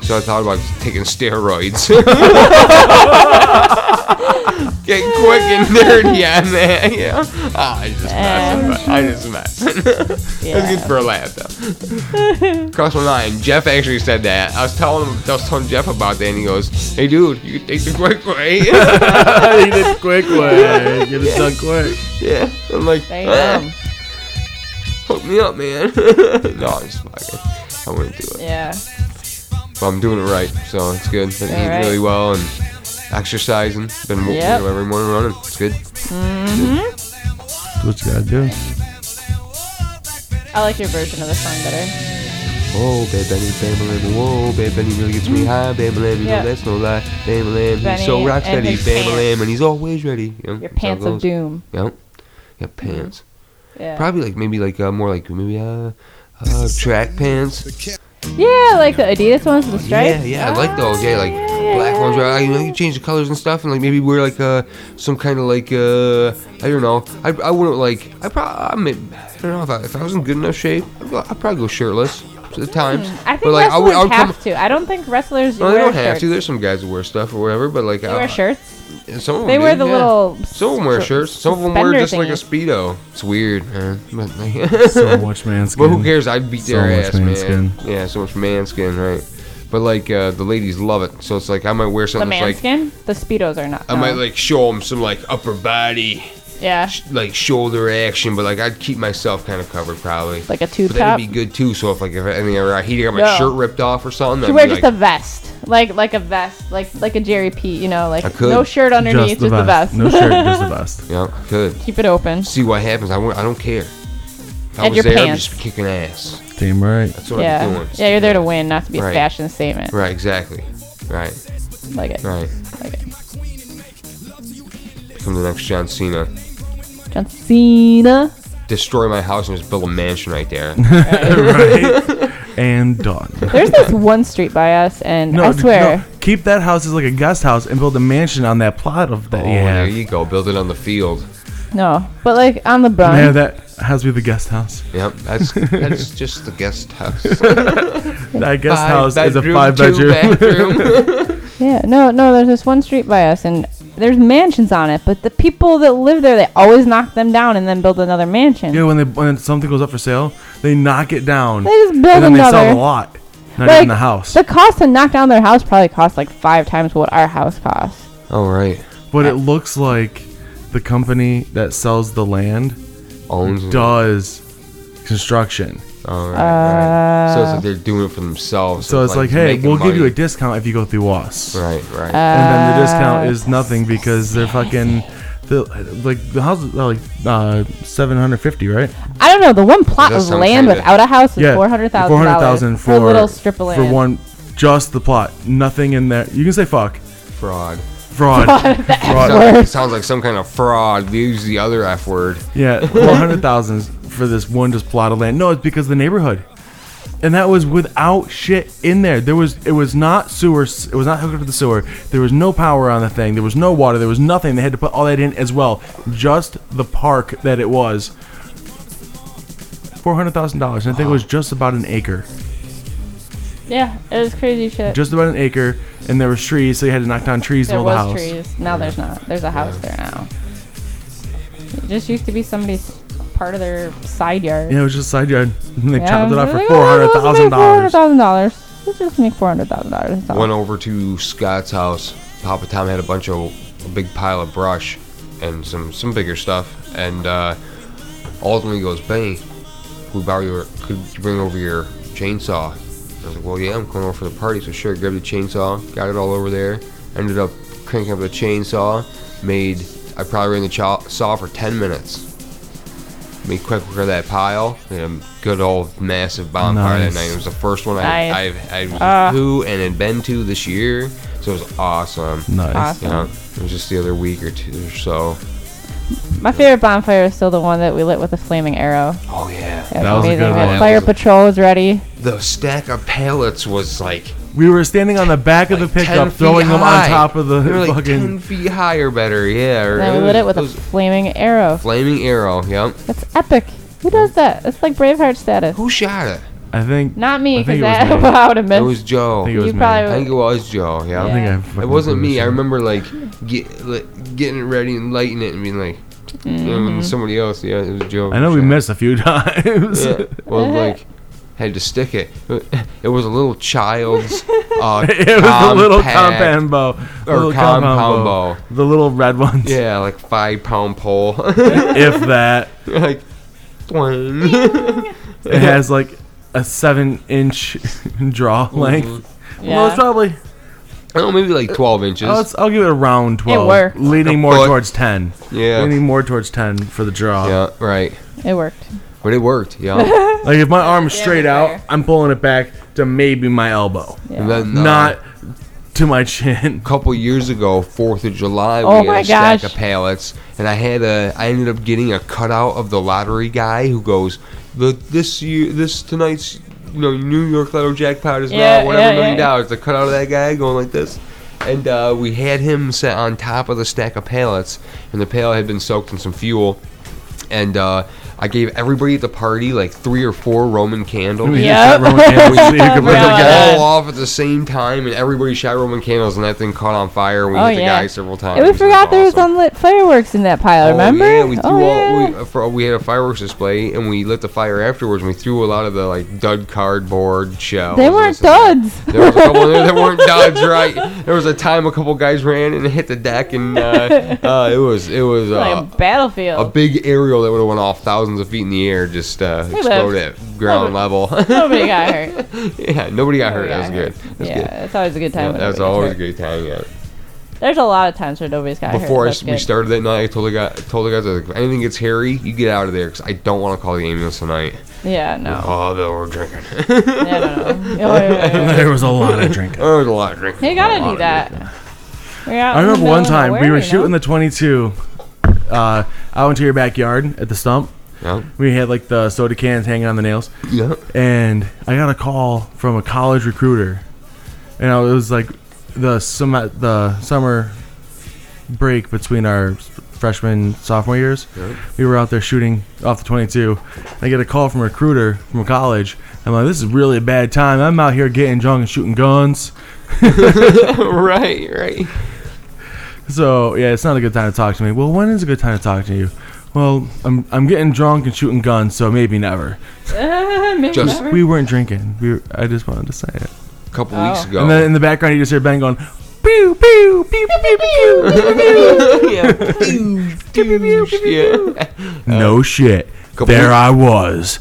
C: So I thought about taking steroids. Get quick and nerdy on that. Yeah. Oh, I just messed. I just messed. It was good
A: Yeah.
C: for a laugh though. Cross my mind. Jeff actually said that. I was telling him, I was telling Jeff about that, and he goes, "Hey, dude, you can take the quick way."
B: Eat it quick way. Get it done quick.
C: yeah. I'm like,
A: Damn.
C: "Ah, hook me up, man. no, I'm just fucking. I wouldn't do it.
A: Yeah.
C: But I'm doing it right, so it's good. Been eating
A: right.
C: really well and exercising. Been walking
A: Yep.
C: every morning running. It's good.
B: That's what you gotta do.
A: I like your version of the song better.
C: Whoa, Oh, babe, Benny, babe, Benny, whoa, babe, Benny really gets me high, babe, Benny,
A: Yeah.
C: no, that's no lie, babe, Benny, he's so
A: Mm. Benny
C: rock
A: and
C: steady,
A: his
C: babe,
A: pants.
C: Benny, and he's always ready. You know,
A: Your
C: that's how
A: pants
C: it
A: of
C: goes.
A: doom.
C: Yep, yeah,
A: Mm-hmm.
C: pants.
A: Yeah.
C: Probably like maybe like uh, more like maybe uh, uh track pants.
A: Yeah, like the Adidas ones with the stripes.
C: Yeah,
A: Ah,
C: yeah, I like those. Yeah, like
A: yeah,
C: black
A: yeah,
C: ones. Right, I, you know, you change the colors and stuff, and like maybe wear like uh some kind of like uh I don't know. I, I wouldn't like I probably I, mean, I don't know if I, if I was in good enough shape, I'd, go, I'd probably go shirtless at times.
A: Hmm, I think
C: but like I
A: wrestlers
C: would, I would
A: have
C: come.
A: to. I don't think wrestlers
C: No,
A: wear
C: they don't
A: shirts.
C: have to. There's some guys that wear stuff or whatever, but like
A: They wear shirts.
C: I, some of them
A: They wear
C: do,
A: the
C: yeah.
A: little.
C: Some of them wear
A: s-
C: shirts. Some of them wear
A: suspender
C: just like a
A: thingies.
C: speedo. It's weird, man. But, like,
B: So much man skin.
C: But who cares? I'd beat
B: So
C: their
B: much
C: ass,
B: man
C: man.
B: skin.
C: Yeah, so much man skin, right? But like uh, the ladies love it, so it's like I might wear
A: The
C: something that's like
A: manskin. The speedos are not.
C: I might
A: no.
C: like show them some like upper body
A: Yeah.
C: sh- like shoulder action, but like I'd keep myself kind of covered probably.
A: Like a tube
C: but that'd
A: top?
C: be good too. So if like if anything ever I heat got my
A: No.
C: shirt ripped off or something,
A: Should
C: I'd
A: wear
C: be
A: just a
C: like,
A: vest, like like a vest, like like a Jerry Pete, you know, like
C: I could.
A: no shirt underneath, just, a vest.
B: No shirt, just a vest.
C: yeah, good.
A: Keep it open.
C: See what happens. I won't, I don't care. If I
A: And
C: was
A: your
C: there,
A: pants.
C: I'm just kicking ass.
B: Damn right.
C: That's what I'm
A: Yeah,
C: doing.
A: yeah, you're there to win, not to be
C: Right.
A: a fashion statement.
C: Right, exactly. Right,
A: Like it.
C: right.
A: Like it.
C: Come the next John Cena.
A: John Cena.
C: Destroy my house and just build a mansion right there.
B: right. And done.
A: There's this one street by us, and I
B: d-
A: swear,
B: keep that house as like a guest house and build a mansion on that plot of that
C: Oh,
B: you
C: there
B: have.
C: you go. Build it on the field.
A: no. But like on the bun,
B: Man, that has to be the guest house.
C: Yep, that's that's just the guest house.
B: That guest
C: Five
B: house is a
C: bedroom,
B: five
C: two
B: bedroom.
C: bathroom.
A: yeah, no, no. There's this one street by us, and there's mansions on it, but the people that live there, they always knock them down and then build another mansion.
B: yeah, when they when something goes up for sale, they knock it down.
A: They just build
B: and then they sell
A: another.
B: the lot, not
A: like
B: even the house.
A: The cost to knock down their house probably costs like five times what our house costs.
C: All right,
B: but it looks like the company that sells the land
C: owns. it.
B: does construction.
C: All right, right. So it's like they're doing it for themselves.
B: So it's like, hey,
C: making
B: we'll give you a
C: money.
B: discount if you go through us.
C: Right, right.
B: and then the discount
A: Uh,
B: is nothing because they're fucking the like the house is uh, like uh 750 right
A: I don't know. The one plot
C: does
A: of
C: sound
A: land
C: kinda-
A: without a house is
B: yeah
A: four hundred thousand.
B: 400,000
A: for a little strip of land.
B: for one just the plot nothing in there you can say fuck
C: fraud.
B: fraud fraud
C: Sounds, it sounds like some kind of fraud. Use the other F word.
B: yeah 400,000 for this one just plot of land no it's because the neighborhood and that was without shit in there. There was it was not sewer. It was not hooked up to the sewer. There was no power on the thing. There was no water. There was nothing. They had to put all that in as well. Just the park that it was. Four hundred thousand dollars, and I think it was just about an acre.
A: Yeah, it was crazy shit.
B: Just about an acre, and there was trees, so you had to knock down trees and
A: there
B: all the
A: was
B: house.
A: trees. Now there's not. There's a house there now. It just used to be somebody's part of their side yard.
B: Yeah, it was just a side yard, and they
A: Yeah,
B: chopped it
A: I
B: up
A: was
B: for
A: like,
B: four hundred
A: oh, let's
B: thousand
A: make
B: dollars.
A: $400,000. Let's just make four hundred thousand dollars.
C: Went over to Scott's house. Papa Tom had a bunch of a big pile of brush and some some bigger stuff. And uh, ultimately he goes, Benny, could we borrow your could you bring over your chainsaw? I was like, Well yeah, I'm going over for the party, so sure, grabbed the chainsaw, got it all over there, ended up cranking up the chainsaw, made I probably ran the chaw- saw for ten minutes. Made quick work of that pile. Made a good old massive bonfire
B: Nice.
C: that night. It was the first one I,
A: Nice.
C: I've I was
A: Ah.
C: who and had been to this year, so it was awesome.
B: Nice.
A: Awesome.
C: Yeah, it was just the other week or two or so.
A: My favorite bonfire is still the one that we lit with a flaming arrow.
C: Oh yeah,
A: Yeah,
B: That was a
A: amazing.
B: good
A: The
B: one.
A: Fire patrol is ready.
C: the stack of pallets was like,
B: We were standing on the back of
C: like
B: the
C: 10
B: pickup,
C: feet
B: throwing them on
C: high.
B: top of the
C: They were, like ten
B: fucking.
C: feet high or better. Yeah, or
A: And then we lit it with a flaming arrow.
C: flaming arrow. Yep.
A: That's epic. Who does that? It's like Braveheart status.
C: Who shot it?
B: I think.
A: Not
B: I
A: me,
B: think
A: because
B: it
A: that
B: was me.
A: I would have
C: It
A: missed.
C: was Joe.
B: I think it
A: you
B: was me.
A: probably
C: I
A: would-
C: think it was Joe. Yeah.
B: I think I
C: It
B: fucking
C: wasn't me. I
B: overshot.
C: remember like get, like getting ready and lighting it and being like,
A: Mm-hmm.
C: and somebody else. Yeah, it was Joe.
B: I know we
C: Shot.
B: missed a few times.
C: Yeah. Well,
B: Uh-huh.
C: like, had to stick it. It was a little child's. Uh,
B: it was the little
C: compact-
B: compound bow. The
C: or
B: little
C: compound
B: compound
C: bow.
B: The little red ones.
C: Yeah, like five pound pole.
B: if that.
C: like, twang.
B: It has like a seven inch draw length. Well,
A: Yeah.
B: it's probably.
C: oh, maybe like 12 inches.
B: Oh, it's, I'll give it around 12.
A: worked.
B: Leaning
C: A
B: more
C: foot.
B: towards 10.
C: Yeah.
B: Leaning more towards 10 for the draw.
C: yeah, right.
A: It worked.
C: But it worked, yeah.
B: Like if my arm's straight
A: fair.
B: out, I'm pulling it back to maybe my elbow,
A: Yeah.
C: and then, uh,
B: not to my chin.
C: a couple years ago, Fourth of July, we
A: Oh
C: had
A: my
C: a stack
A: gosh.
C: of pallets, and I had a. I ended up getting a cutout of the lottery guy who goes, "The this year, this tonight's, you know, New York Lotto jackpot is
A: Yeah,
C: not whatever
A: yeah,
C: million
A: yeah.
C: dollars." The cutout of that guy going like this, and uh, we had him set on top of the stack of pallets, and the pallet had been soaked in some fuel, and uh, I gave everybody at the party like three or four Roman candles.
B: We
E: Yeah.
B: just got
E: Yep.
B: Roman candles. We
E: Yeah,
B: could
C: But
B: put
C: they
E: Yeah.
C: got
E: Yeah.
C: all off at the same time, and everybody shot Roman candles, and that thing caught on fire. and We
E: Oh,
C: hit the
E: yeah.
C: guy several times.
E: And we
C: It was
E: forgot there was
C: awesome.
E: unlit fireworks in that pile. remember?
C: Oh, yeah, we threw
E: oh,
C: all,
E: yeah.
C: We, uh, for, we had a fireworks display, and we lit the fire afterwards. And we threw a lot of the like dud cardboard shells.
E: they
C: and
E: weren't
C: this and that.
E: duds.
C: There was oh, a couple there that weren't duds, right? There was a time a couple guys ran and hit the deck, and uh, uh, it was it was uh,
E: like a
C: a
E: battlefield.
C: big aerial that would have went off thousands of feet in the air, just uh,
E: Hey,
C: explode
E: Lev.
C: at ground level.
E: Nobody got hurt.
C: yeah, nobody got hurt.
E: Nobody
C: That
E: got
C: was good.
E: hurt.
C: That was
E: yeah,
C: good.
E: it's always a good time.
C: Yeah,
E: when
C: that was
E: nobody gets
C: always a
E: hurt.
C: good time. Yeah.
E: There's a lot of times where nobody's got
C: Before I
E: hurt.
C: s we started that night, I told the guy, told the guys, I was like, if anything gets hairy, you get out of there because I don't want to call the ambulance tonight.
E: Yeah, no.
C: Oh, that we're drinking.
E: yeah, no, no. Yeah, yeah, yeah, yeah.
B: There was a lot of drinking.
C: There was Oh, a lot of drinking.
E: You
C: A
E: gotta
C: lot
E: do
C: of
E: that.
C: drinking.
E: We're out
B: I
E: in the
A: Oh,
B: remember
E: middle
B: one
E: of
B: time we
E: nowhere,
B: were
E: you know?
B: shooting the 22 uh, out into your backyard at the stump.
C: Yep.
B: We had like the soda cans hanging on the nails.
C: Yep.
B: and I got a call from a college recruiter, and I was like, the sum- the summer break between our freshman sophomore years,
C: Yep.
B: we were out there shooting off the 22. I get a call from a recruiter from college. I'm like, this is really a bad time. I'm out here getting drunk and shooting guns.
C: right, right.
B: So yeah, it's not a good time to talk to me. Well, when is a good time to talk to you? Well, I'm I'm getting drunk and shooting guns, so maybe never.
E: Maybe
C: Just-
E: never.
B: We weren't drinking. We were, I just wanted to say it.
C: A couple
E: Oh.
C: weeks ago.
B: And then in the background, you just hear Ben going, pew, pew, pew, pew, pew,
E: Uh,
B: pew, pew.
C: yeah.
B: No shit.
C: Couple
B: There
C: weeks-
B: I was.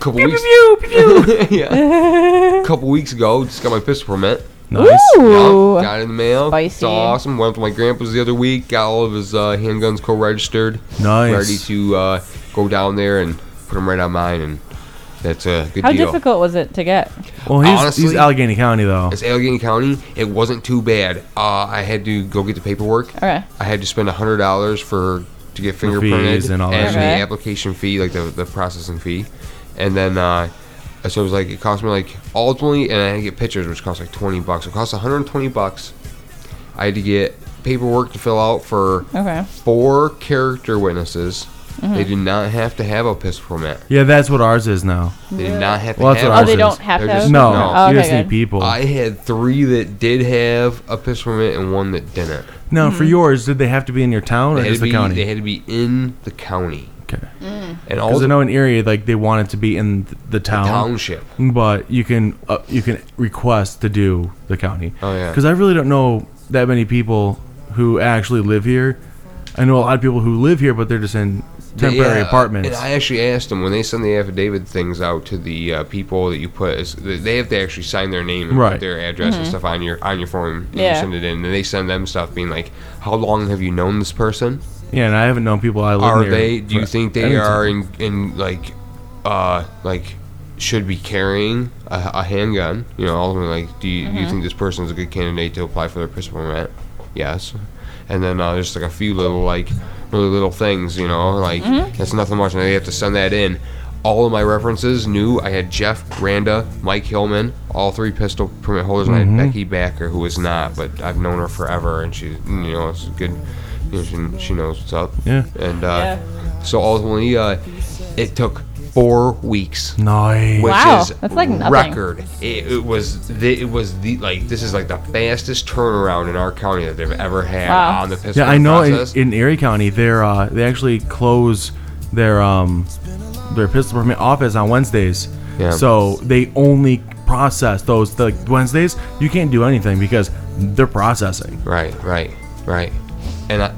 C: couple weeks. yeah. couple weeks ago, just got my pistol permit.
B: Nice.
E: Ooh.
C: Yeah, got it in the mail. It's
E: Spicy.
C: awesome. Went up to my grandpa's the other week. Got all of his uh, handguns co-registered.
B: Nice.
C: Ready to uh, go down there and put them right on mine, and that's a good
E: How
C: deal.
E: difficult was it to get?
B: Well, he's, he's
C: Honestly-
B: Allegheny County, though.
C: As Allegheny County, it wasn't too bad. Uh, I had to go get the paperwork.
E: Okay.
C: I had to spend hundred dollars for to get fingerprinted
B: fees and all that
E: shit. Okay.
C: the application fee, like the, the processing fee, and then uh, so it was like it cost me like ultimately, and I had to get pictures, which cost like twenty bucks. It cost one hundred and twenty bucks. I had to get paperwork to fill out for
E: Okay.
C: four character witnesses.
E: Mm-hmm.
C: They do not have to have a pistol permit.
B: Yeah, that's what ours is now.
C: They do not have to
B: Well, that's
C: have.
B: what
E: Oh,
B: ours
E: they
B: is.
E: don't have
C: They're
E: to.
C: just-
E: have-
B: No,
C: No.
E: Oh,
B: you
E: okay,
B: just need
E: good.
B: people.
C: I had three that did have a pistol permit and one that didn't.
B: now,
E: Mm-hmm.
B: for yours, did they have to be in your town or
C: They had,
B: just
C: to
B: the
C: be, they
B: county?
C: had to be in the county.
B: Okay.
E: Mm.
C: And all
B: Because I
C: the
B: know in Erie, like they want it to be in th- the town,
C: township.
B: but you can uh, you can request to do the county.
C: Oh, yeah.
B: Because I really don't know that many people who actually live here. I know a lot of people who live here, but they're just in temporary
C: Yeah,
B: apartments.
C: uh, And I actually asked them when they send the affidavit things out to the uh, people that you put, is- they they have to actually sign their name and
B: Right.
C: put their address and stuff on your on your form. And
E: Mm-hmm. Yeah.
C: You send it in, and they send them stuff being like, "How long have you known this person?
B: Yeah, and I haven't known people I live
C: Are
B: near
C: they? Do you
B: for
C: think they
B: any
C: are
B: time.
C: in in like, uh, like." Should be carrying a, a handgun, you know. Ultimately, like, do you, do you think this person is a good candidate to apply for their pistol permit? Yes. and then uh, there's like a few little like really little things, you know, like that's nothing much, and they have to send that in. All of my references knew I had Jeff Randa, Mike Hillman, all three pistol permit holders, and I had Becky Backer, who is not, but I've known her forever, and she, you know, it's good. You know, she, she knows what's up.
B: Yeah.
C: And uh, so ultimately, uh, it took four weeks
B: Nice.
C: which
E: Wow,
C: is
E: that's like nothing.
C: record. It, it was the, it was the like this is like the fastest turnaround in our county that they've ever had
E: Wow.
C: on the pistol
B: Yeah, I know in,
C: process.
B: in Erie County, they're uh, they actually close their um their pistol permit office on Wednesdays.
C: Yeah.
B: So they only process those the Wednesdays. You can't do anything because they're processing.
C: right, right, right. And I,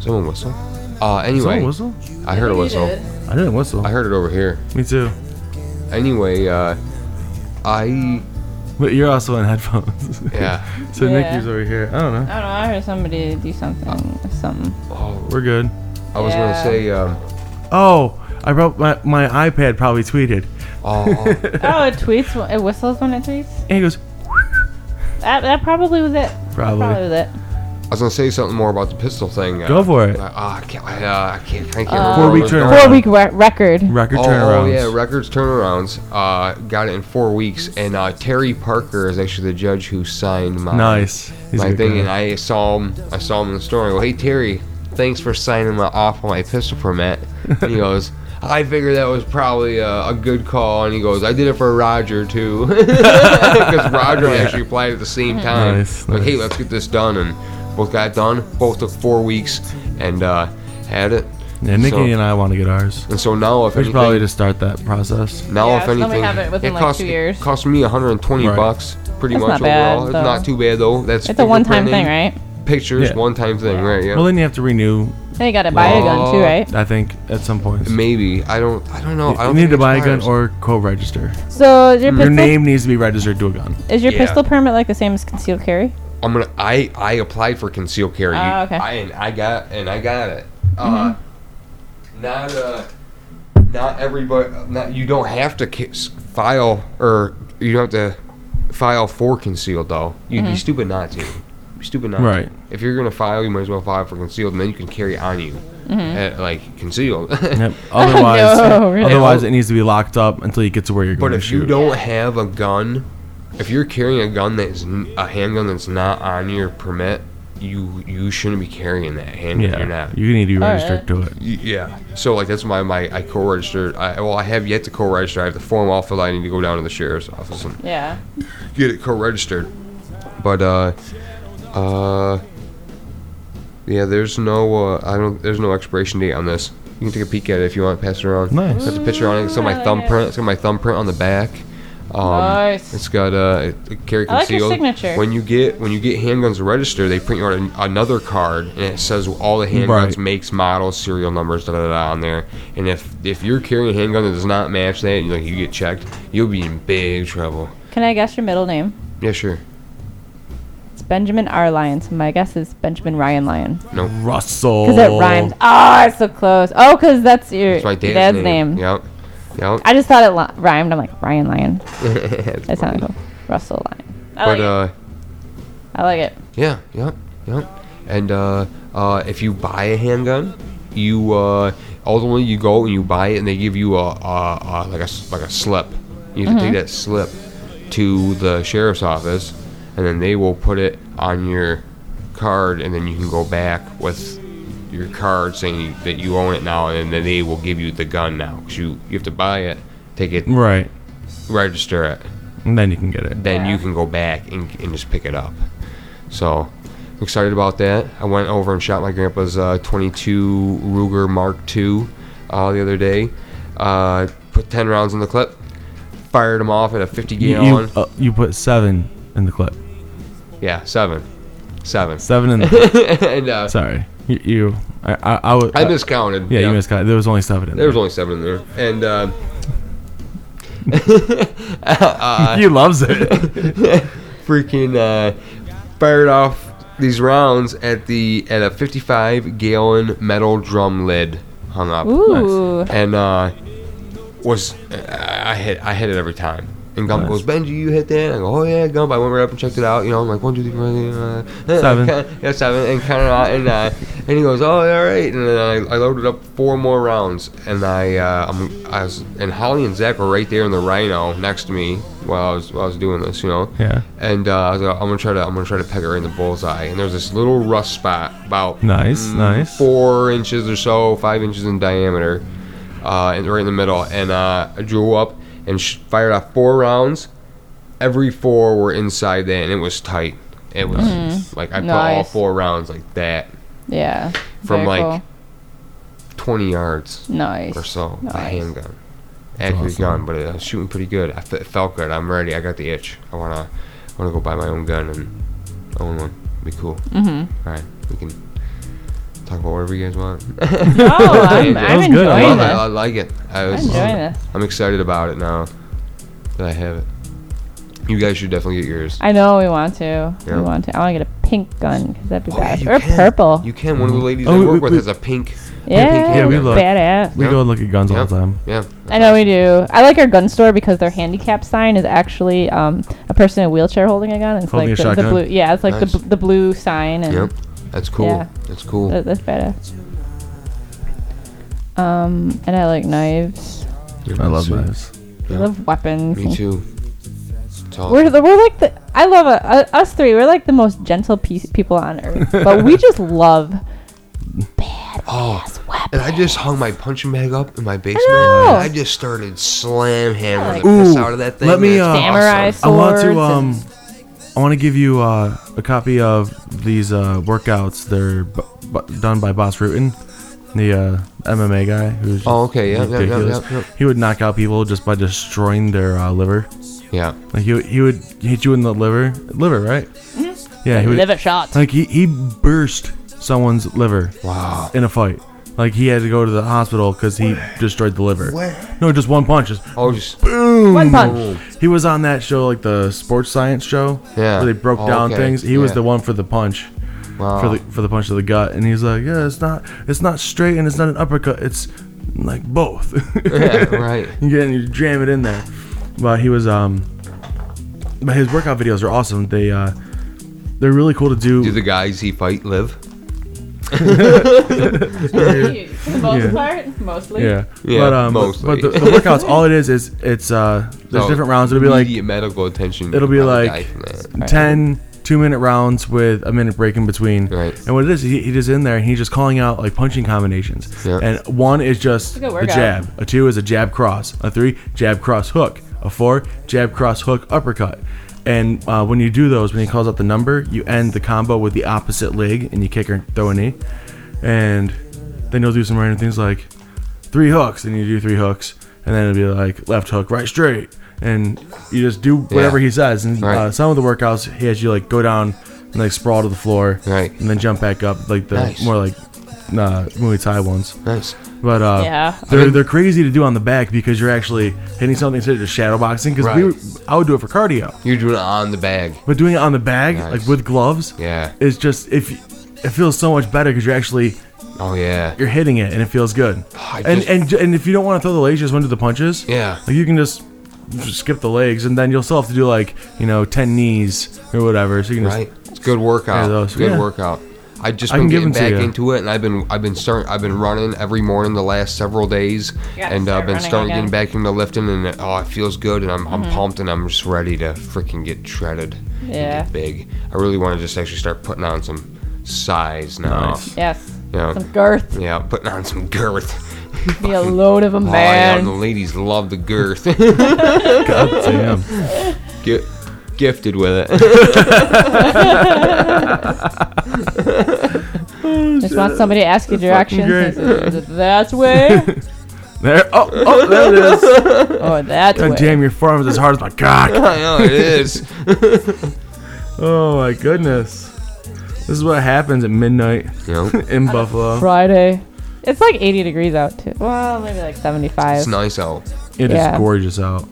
C: someone whistle. Uh,
B: Someone
C: anyway,
B: whistle?
C: I heard a whistle.
B: I didn't whistle.
C: I heard it over here.
B: Me too.
C: Anyway, uh, I
B: But you're also in headphones.
C: yeah.
B: so
E: Yeah.
B: Nikki's over here. I don't
E: I
B: know.
E: don't know. I heard somebody do something. Something.
C: Oh,
B: We're good.
C: I was
E: Yeah.
C: gonna say. Um,
B: Oh, I brought my, my iPad probably tweeted.
C: oh,
E: Oh, it tweets. when- It whistles when it tweets.
B: And he goes,
E: That, that probably was it. That
B: Probably.
E: Probably was it.
C: I was gonna say something more about the pistol thing. Uh,
B: Go for it.
C: Uh, I can't. I, uh, I can't. I can't
E: Uh,
C: remember
B: Four
C: where
B: week
C: I was going.
B: turnaround.
E: Four week re- record.
B: record turnarounds.
C: Oh yeah, records turnarounds. Uh, got it in four weeks, and uh, Terry Parker is actually the judge who signed my
B: Nice. He's a
C: my
B: good
C: thing.
B: guy.
C: And I saw him. I saw him in the store. I go, hey Terry, thanks for signing my off on my pistol permit. And he goes. I figure that was probably a, a good call. And he goes, I did it for Roger too, because Roger actually applied at the same
A: Mm-hmm.
C: time.
B: Nice,
C: like, hey,
B: nice.
C: let's get this done, and both got it done. Both took four weeks, and uh, had it.
B: Yeah, Nikki
C: So-
B: and I want to get ours.
C: And so now, if anything,
B: We should probably just start that process.
C: now
A: Yeah,
C: if
A: so then we
C: anything,
A: have it within, like,
C: cost,
A: two years.
C: cost me 120
B: Right.
C: bucks, pretty
A: That's
C: much
A: not bad,
C: overall.
A: though.
C: it's not too bad though. That's
A: It's a one-time
C: fingerprinting,
A: thing, right?
C: Pictures,
B: Yeah.
C: one-time thing, right? Yeah.
B: Well, then you have to renew.
A: Then you gotta buy a gun too,
C: Oh.
A: right?
B: I think at some point.
C: Maybe I don't. I don't know. I
B: You
C: don't
B: need
C: think
B: to
C: it
B: buy a gun
C: expires.
B: or co-register.
A: So is your,
B: Your
A: pistol,
B: name needs to be registered to a gun.
A: is your
C: Yeah.
A: pistol permit like the same as concealed carry?
C: I'm gonna. I I applied for concealed carry.
A: Ah, okay.
C: I, and I got and I got it. Uh, Not uh, not everybody. Not you don't have to ca- s- file or you don't have to file for concealed though. You'd be stupid not to. You'd be stupid not. to.
B: Right.
C: If you're gonna file, you might as well file for concealed, and then you can carry it on you, uh, like concealed.
B: Yep. Otherwise,
A: really?
B: otherwise it needs to be locked up until you get to where you're going
C: Oh. But
B: to
C: if
B: shoot.
C: you don't have a gun, if you're carrying a gun that's n- a handgun that's not on your permit, you you shouldn't be carrying that handgun.
B: yeah,
C: You're not.
B: you need to be
A: All
B: registered to it.
C: Y- Yeah. So like that's my my I co-registered. I, well, I have yet to co-register. I have the form off that I need to go down to the sheriff's office and
A: Yeah.
C: get it co-registered. But uh, uh, yeah. There's no uh, I don't. There's no expiration date on this. You can take a peek at it if you want. Pass it around.
B: Nice.
C: There's a picture on it. It's got my
A: Ooh.
C: thumbprint. It's got my thumbprint on the back. Um,
A: Nice.
C: It's got uh, it- carry
A: I like your
C: concealed.
A: signature.
C: When you get when you get handguns registered, they print you out an, another card and it says all the handguns,
B: Right.
C: makes, models, serial numbers, da da da on there. And if if you're carrying a handgun that does not match that, and like you get checked, you'll be in big trouble.
A: Can I guess your middle name?
C: Yeah, sure.
A: It's Benjamin R. Lyon. So my guess is Benjamin Ryan Lyon.
B: Russell.
A: Because it rhymes. Oh, it's so close. Oh, because that's your
C: It's my dad's, name. Yep. Yep.
A: I just thought it li- rhymed. I'm like Ryan Lyon. That sounded cool. Russell Lyon. I
C: but
A: like
C: uh,
A: it. I like it.
C: yeah, yep, yep. And uh, uh, if you buy a handgun, you uh, ultimately you go and you buy it, and they give you a, a, a like a s- like a slip. You have to take that slip to the sheriff's office, and then they will put it on your card, and then you can go back with your card saying you, that you own it now, and then they will give you the gun now 'cause you you have to buy it, take it,
B: Right.
C: register it,
B: And then you can get it.
C: then you can go back and, and just pick it up. So I'm excited about that. I went over and shot my grandpa's uh, 22 Ruger Mark II uh, the other day. Uh, put 10 rounds in the clip, fired them off at a 50
B: You,
C: gallon.
B: you, uh, you put seven in the clip.
C: yeah, seven, seven.
B: Seven in the clip.
C: and uh,
B: Sorry. You. you I, I, I, was-
C: I miscounted.
B: Yeah, you miscounted. There was only seven in
C: There
B: there.
C: was only seven in there, and. Uh,
B: he loves it.
C: freaking uh, fired off these rounds at the at a 55 gallon metal drum lid hung up
A: Ooh.
C: and uh, was I I hit I hit it every time. And Gump
B: Nice.
C: goes, Benji, you hit that? I go, oh yeah, Gump. I went right up and checked it out. You know, I'm like one, two, three, four, uh, uh,
B: Seven.
C: kinda- yeah, seven, and kind of, and uh, and he goes, oh, all right. And then I, I loaded up four more rounds, and I, uh, I'm, I was, and Holly and Zach were right there in the Rhino next to me while I was while I was doing this, you know.
B: Yeah.
C: And uh, I was like, I'm gonna try to, I'm gonna try to peg her in the bullseye. And there's this little rust spot about mm,
B: Nice, nice.
C: four inches or so, five inches in diameter, uh, and right in the middle. And uh, I drew up and sh- fired off four rounds. Every four were inside that, and it was tight. It was like I put all
A: Nice.
C: four rounds like that,
A: Yeah.
C: From,
A: Very
C: like,
A: cool.
C: twenty yards or
A: Nice.
C: so, a
A: Nice.
C: handgun. Accurate
B: awesome.
C: gun, but I was shooting pretty good. I fe- felt good. I'm ready. I got the itch. I wanna, I wanna go buy my own gun and own one. Be cool.
A: Mm-hmm.
C: All right, we can talk about whatever you guys want.
A: Oh, I'm,
C: That
A: I'm
B: was good.
C: I, love
A: enjoying
C: it.
A: this.
C: I like it. I
A: I'm
C: was,
A: enjoying this.
C: I'm excited about it now that I have it. You guys should definitely get yours.
A: I know we want to.
C: Yeah.
A: We want to. I want to get a pink gun because that'd be
C: Oh, yeah,
A: badass.
C: you
A: or a
C: can.
A: purple.
C: You can. One of the ladies
B: Oh,
C: I
B: we-
C: work
B: we-
C: with
B: we-
C: has a pink.
A: yeah,
B: Yeah, we
A: that's
B: love-
A: badass.
B: We
C: Yeah.
B: go and look at guns all
C: Yeah.
B: the time.
C: Yeah.
A: I know we do. I like our gun store because their handicap sign is actually um, a person in a wheelchair holding a gun. It's
B: Holding
A: like
B: a
A: the, the
B: shotgun.
A: blue. Yeah, it's like
C: Nice.
A: the, bl- the blue sign, and
C: Yep. That's cool.
A: Yeah.
C: That's cool.
A: that, that's badass. Um, and I like knives.
B: I love
C: Sweet.
B: knives.
A: I love weapons.
C: Me too. It's all-
A: We're the, we're like the I love uh, uh, us three. We're like the most gentle pe- people on earth, but we just love
C: oh,
A: weapons.
C: And I just hung my punching bag up in my basement.
E: know.
C: and I just started slam
E: Like-
C: hammering the piss
B: Ooh,
C: out of that thing.
B: let
C: and
B: me,
C: it's
B: uh,
E: Samurai
C: awesome.
B: I want
E: swords
B: to um,
E: and-
B: I want to give you uh, a copy of these uh, workouts. They're b- b- done by Boss Rutan, the uh, MMA guy who's just
C: Oh, okay, yeah, yeah, yeah, yeah, yeah.
B: He would knock out people just by destroying their uh, liver.
C: Yeah.
B: Like he, would- he would hit you in the liver, liver, right? Yeah, he would.
E: Liver shots.
B: Like he, he burst someone's liver
C: Wow.
B: in a fight. Like he had to go to the hospital because he destroyed the liver.
C: What?
B: No, just one punch. Just
C: Oh, just
B: boom.
E: One punch.
C: boom.
B: He was on that show, like the sports science show,
C: Yeah.
B: where they broke
C: Oh,
B: down
C: okay.
B: things. He was
C: Yeah. Uh-huh.
B: the one for the punch,
C: Wow.
B: for the for the punch to the gut, and he's like, yeah, it's not, it's not straight, and it's not an uppercut. It's like both.
C: yeah, right.
B: you get and you jam it in there. But he was um, but his workout videos are awesome. They uh, they're really cool to do.
C: Do the guys he fight live?
E: the most
B: Yeah.
E: part, mostly.
B: yeah,
C: Yeah,
B: but um, but-
C: mostly.
B: But, the, the workouts, all it is is it's uh, there's
C: No,
B: different rounds. It'll be like
C: immediate Oh, medical attention.
B: it'll be
C: I'll
B: like
C: die from that.
B: 10 two minute rounds with a minute break in between
C: Right.
B: and what it is he, he just in there and he's just calling out like punching combinations
C: Yeah.
B: and one is just
E: It's a good
B: a
E: workout.
B: jab a two is a jab cross a three jab cross hook a four jab cross hook uppercut and uh, when you do those when he calls out the number you end the combo with the opposite leg and you kick or throw a knee and then he'll do some random things like three hooks and you do three hooks and then it'll be like left hook right straight and you just do whatever
C: Yeah.
B: he says and
C: Right.
B: uh, some of the workouts he has you like go down and like sprawl to the floor
C: Right.
B: and then jump back up like the
C: Nice.
B: more like uh, Muay Thai ones
C: Nice.
B: but uh
E: Yeah.
B: they're, they're crazy to do on the back because you're actually hitting something instead of just shadow boxing because
C: Right.
B: we I would do it for cardio
C: You're doing it on the bag.
B: but doing it on the bag
C: Nice.
B: like with gloves
C: Yeah.
B: is just if it feels so much better because you're actually
C: Oh yeah.
B: you're hitting it and it feels good.
C: I
B: and
C: just-
B: and and if you don't want to throw the legs, you just want to do the punches.
C: Yeah.
B: like you can just skip the legs, and then you'll still have to do like you know ten knees or whatever. So you can
C: Right. It's a good workout.
B: Yeah, those-
C: good
B: yeah.
C: workout. I've just
B: I
C: been
B: can give
C: getting
B: 'em to
C: back
B: ya.
C: into it, and I've been I've been start I've been running every morning the last several days,
E: Yeah,
C: and I've
E: start
C: been
E: running
C: starting
E: again. Mm-hmm.
C: getting back into lifting, and it, oh, it feels good, and I'm, I'm pumped, and I'm just ready to freaking get shredded, and
E: Yeah.
C: get big. I really want to just actually start putting on some size now.
B: Nice.
E: Yes.
C: Yeah,
E: Some girth.
C: yeah, putting on some girth.
E: Be a load of a
C: Oh, yeah, the
E: man.
C: ladies love the girth.
B: just damn.
C: Get gifted with it.
E: Just want somebody to ask you directions.
B: great.
E: Is it That way
B: There, oh, oh, there it is.
E: or Oh, that
B: God
E: way.
B: damn, your forearm is as hard as my cock.
C: I know it is.
B: Oh my goodness, this is what happens at midnight
C: You know,
B: in Buffalo.
E: Friday. It's like 80 degrees out too. Well, maybe like 75.
C: it's nice out.
B: It is
E: Yeah.
B: gorgeous out.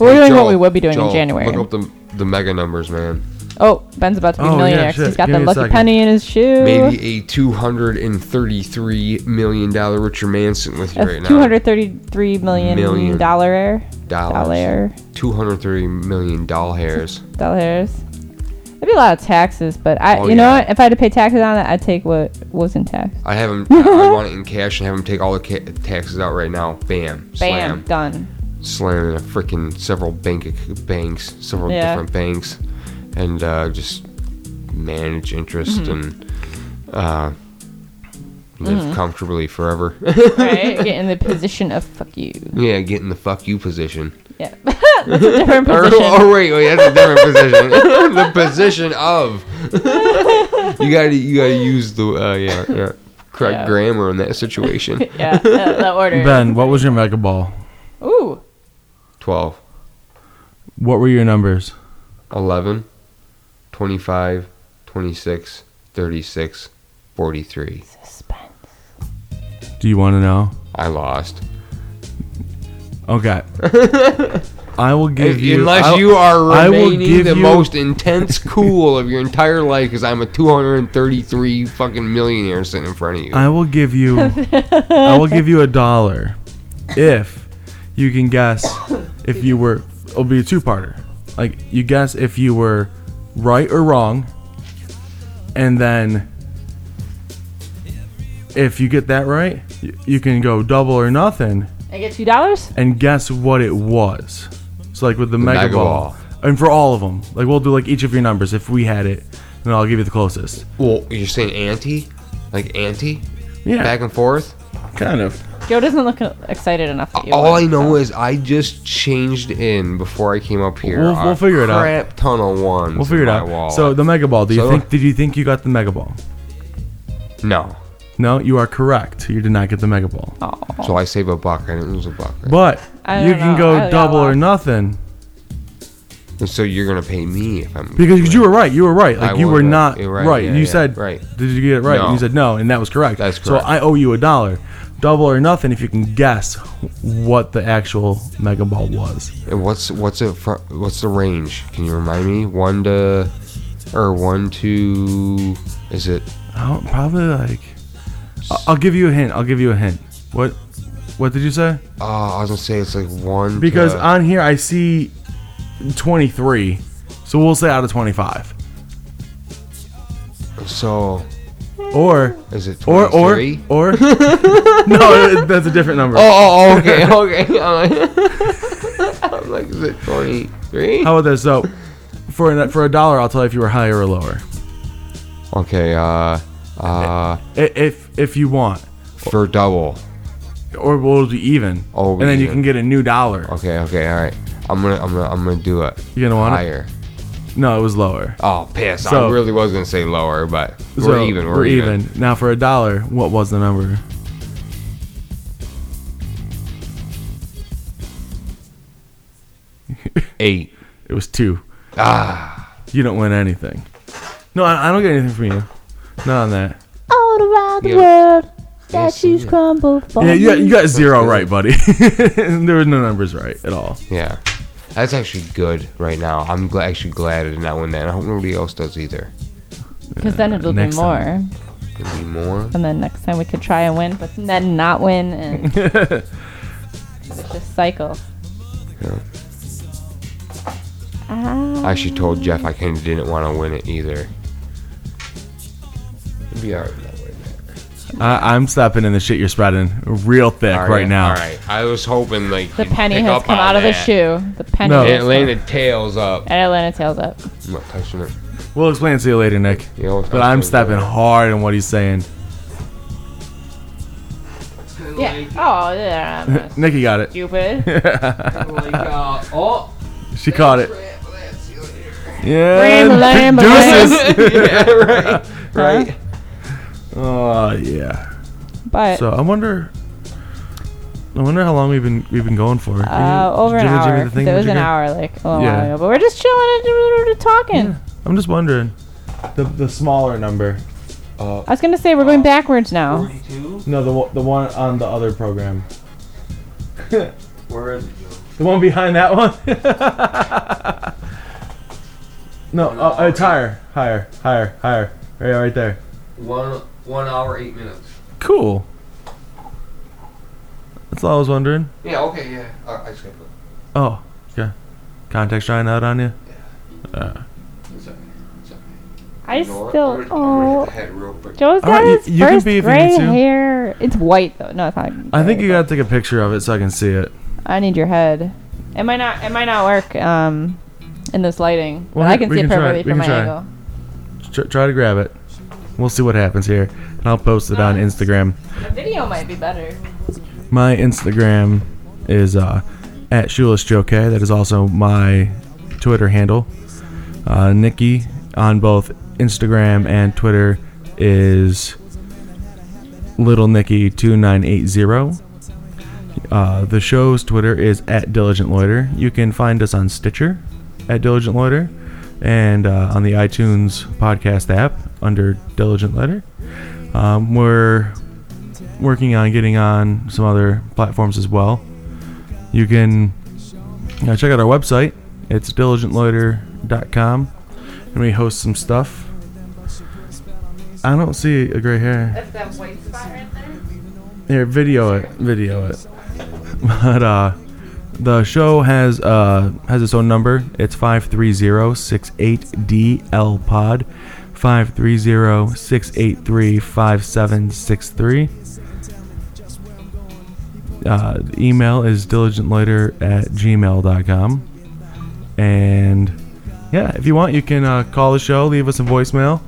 E: We're
C: Hey,
E: doing
C: Joel,
E: what we would be doing
C: Joel,
E: in January.
C: Look up the the mega numbers, man.
E: Oh, Ben's about to be
B: Oh,
E: a
B: yeah,
E: millionaire 'cause
B: shit.
E: he's got
B: Give
E: the
B: me a
E: lucky
B: second.
E: penny in his shoe.
C: Maybe a two hundred and thirty-three million dollar Richard Manson with you
E: That's
C: right now.
E: two hundred thirty-three million
C: Million.
E: dollar
C: dollars.
E: dollar
C: Two hundred thirty million doll hairs.
E: dollars. That'd be a lot of taxes, but I,
C: Oh,
E: you know
C: yeah.
E: what? If I had to pay taxes on it, I'd take what wasn't taxed.
C: I have him. I, I want it in cash and have him take all the ca- taxes out right now. Bam.
E: Bam,
C: Slam.
E: done.
C: Slam in a freaking several bank ac- banks, several
E: Yeah.
C: different banks, and uh, just manage interest
E: Mm-hmm.
C: and uh, live
E: Mm-hmm.
C: comfortably forever.
E: Right? Get in the position of fuck you.
C: yeah, get in the fuck you position.
E: Yeah, that's a different
C: Or,
E: position.
C: oh wait, wait, that's a different position. the position of. you gotta, you gotta use the uh, yeah, yeah, correct
E: Yeah.
C: grammar in that situation.
E: Yeah, that, that order.
B: Ben, what was your mega ball?
E: Ooh,
C: Twelve.
B: What were your numbers?
C: 11, 25, 26, 36, 43.
E: suspense.
B: Do you want to know?
C: I lost.
B: Okay. I will give
C: If-
B: you.
C: unless
B: I'll-
C: you are
B: I will
C: remaining
B: give
C: the
B: you-
C: most intense cool of your entire life, because I'm a 233 fucking millionaire sitting in front of you.
B: I will give you I will give you a dollar if you can guess if you were it'll be a two parter. Like you guess if you were right or wrong and then if you get that right, y- you can go double or nothing
E: I get two dollars.
B: and guess what it was. So like with the, mega,
C: Mega
B: ball.
C: Ball.
B: And for all of them, like we'll do like each of your numbers if we had it, and I'll give you the closest.
C: well, you're saying anti? Like anti?
B: Yeah.
C: Back and forth?
B: Kind of.
E: Joe doesn't look excited enough. That you
C: All
E: won,
C: I know
E: so.
C: is I just changed in before I came up here.
B: We'll-
C: a
B: we'll figure it out.
C: Crap ton of ones.
B: We'll figure
C: in
B: it
C: my
B: out.
C: wallet.
B: So the Mega Ball. Do you
C: So-
B: think? Did you think you got the Mega Ball?
C: no.
B: No, you are correct. You did not get the Mega Ball.
E: Oh.
C: So I save a buck. I didn't lose a buck. Right?
B: But
E: I
B: you
E: don't
B: can
E: know. I
B: go
E: got
B: double or
E: lost.
B: nothing
C: And so you're gonna pay me if I'm
B: because 'cause you were right. You were right. Like
C: I
B: you were
C: was right.
B: not
C: You're
B: right.
C: right. Yeah,
B: you
C: yeah.
B: said
C: Right.
B: Did you get it right? And
C: No.
B: you said no, and that was correct.
C: That's
B: So
C: correct.
B: I owe you a dollar. Double or nothing if you can guess what the actual Mega Ball was.
C: And what's what's it? fr- What's the range? Can you remind me? One to, or one to, is it?
B: I don't, probably like. I- I'll give you a hint. I'll give you a hint. What? What did you say?
C: Oh, I was gonna say it's like one.
B: Because
C: to,
B: on here I see 23, so we'll say out of 25,
C: so
B: or
C: is it
B: or or
C: 23?
B: or. no, that's a different number.
C: Oh, oh, okay, okay. I'm like, I'm like, is it 23?
B: How about this? So, for a, for a dollar, I'll tell you if you were higher or lower,
C: Okay, uh, uh,
B: I- if if you want,
C: for double.
B: or we'll do even.
C: Oh,
B: and then you
C: yeah.
B: can get a new dollar.
C: Okay, okay, all right. I'm gonna, I'm gonna, I'm gonna do it.
B: You gonna want it?
C: higher?
B: No, it was lower.
C: Oh, piss!
B: So-
C: I really was gonna say lower, but we're
B: So,
C: even. We're, even.
B: Now for a dollar, what was the number?
C: Eight.
B: It was two. Ah. You don't win anything. No, I, I don't get anything from you. Not on that.
E: all around
C: Yeah.
E: the world,
C: Yes,
E: statues
C: yeah.
E: crumble. for
B: Oh, Yeah, you got,
E: me.
B: you got zero
C: good.
B: right, buddy. there were no numbers right at all.
C: Yeah, that's actually good right now. I'm gl- actually glad I did not win that. and I hope nobody else does either.
E: Because then it'll be
B: Next
E: more.
B: time.
C: It'd be more.
E: And then next time we could try and win, but then not win. And it's just cycles.
C: Yeah.
E: Ah.
C: I actually told Jeff I kind of didn't want to win it either. It'd be alright that way.
B: I, I'm stepping in the shit you're spreading real thick
C: All
B: right now.
C: All right. I was hoping like
E: The
C: you'd
E: penny
C: pick
E: has
C: up
E: come
C: on
E: out of the
C: that.
E: shoe. The penny
B: No.
E: has
C: And
E: come-
C: Atlanta tails up.
E: And Atlanta tails up.
C: I'm not touching it.
B: We'll explain it to you later, Nick.
C: You know,
B: But I'm stepping hard on what he's saying.
E: Yeah. Oh, yeah. I'm not
B: Nikki got it.
E: stupid.
C: oh.
B: She caught it. Yeah.
E: Ram, lam,
B: Deuces.
C: yeah, right. Right.
B: Oh yeah.
E: But
B: So I wonder. I wonder how long we've been we've been going for.
E: uh, over an
B: Jimmy, Jimmy,
E: hour.
B: the thing
E: There
B: with
E: was
B: your
E: an
B: girl?
E: hour, like a little
B: Yeah.
E: while ago. But we're just chilling and we're just talking.
B: I'm just wondering. The the smaller number.
E: I was gonna say we're
B: Oh.
E: going backwards now.
B: No, the one- the one on the other program. Where is it? The one behind that one. no, uh, it's higher, higher, higher, higher. Right, right there.
C: One one hour eight minutes.
B: Cool. That's all I was wondering.
C: Yeah. Okay. Yeah. I I skipped it.
B: Oh, okay. Context trying out on you.
C: It's okay. It's okay.
E: I
C: You know what? I'm
E: still.
C: gonna- I'm gonna hit
E: Oh,
C: the head real quick.
E: Joe's
B: All
E: got
B: right, you-
E: his
B: you can
E: first
B: be if you
E: gray
B: need to.
E: hair. It's white though. No, it's not.
B: I think
E: gray,
B: you
E: but-
B: gotta take a picture of it so I can see it.
E: I need your head. It might not. It might not work. Um, in this lighting,
B: Well,
E: but I
B: we-
E: can
B: we
E: see
B: can
E: it
B: try it.
E: perfectly
B: We
E: from
B: can
E: my
B: try it.
E: angle.
B: Tr- try to grab it. We'll see what happens here, and I'll post it on Instagram.
E: The video might be better.
B: My Instagram is uh, at Shoeless Joe K. That is also my Twitter handle. Uh, Nikki on both Instagram and Twitter is Little Nikki two nine eight zero. Uh, the show's Twitter is at Diligent Loiter. You can find us on Stitcher at Diligent Loiter and uh, on the iTunes podcast app under Diligent Loiter. Um, we're working on getting on some other platforms as well. You can uh, check out our website. It's diligentloiter.com, and we host some stuff. I don't see a gray hair.
E: That's that white spot right there.
B: Here, video it, video it. But uh, the show has uh has its own number. It's five three zero six eight DL Pod, five three zero six eight three five seven six three. Uh, the email is diligentloiter at gmail.com. And yeah, if you want, you can uh, call the show, leave us a voicemail.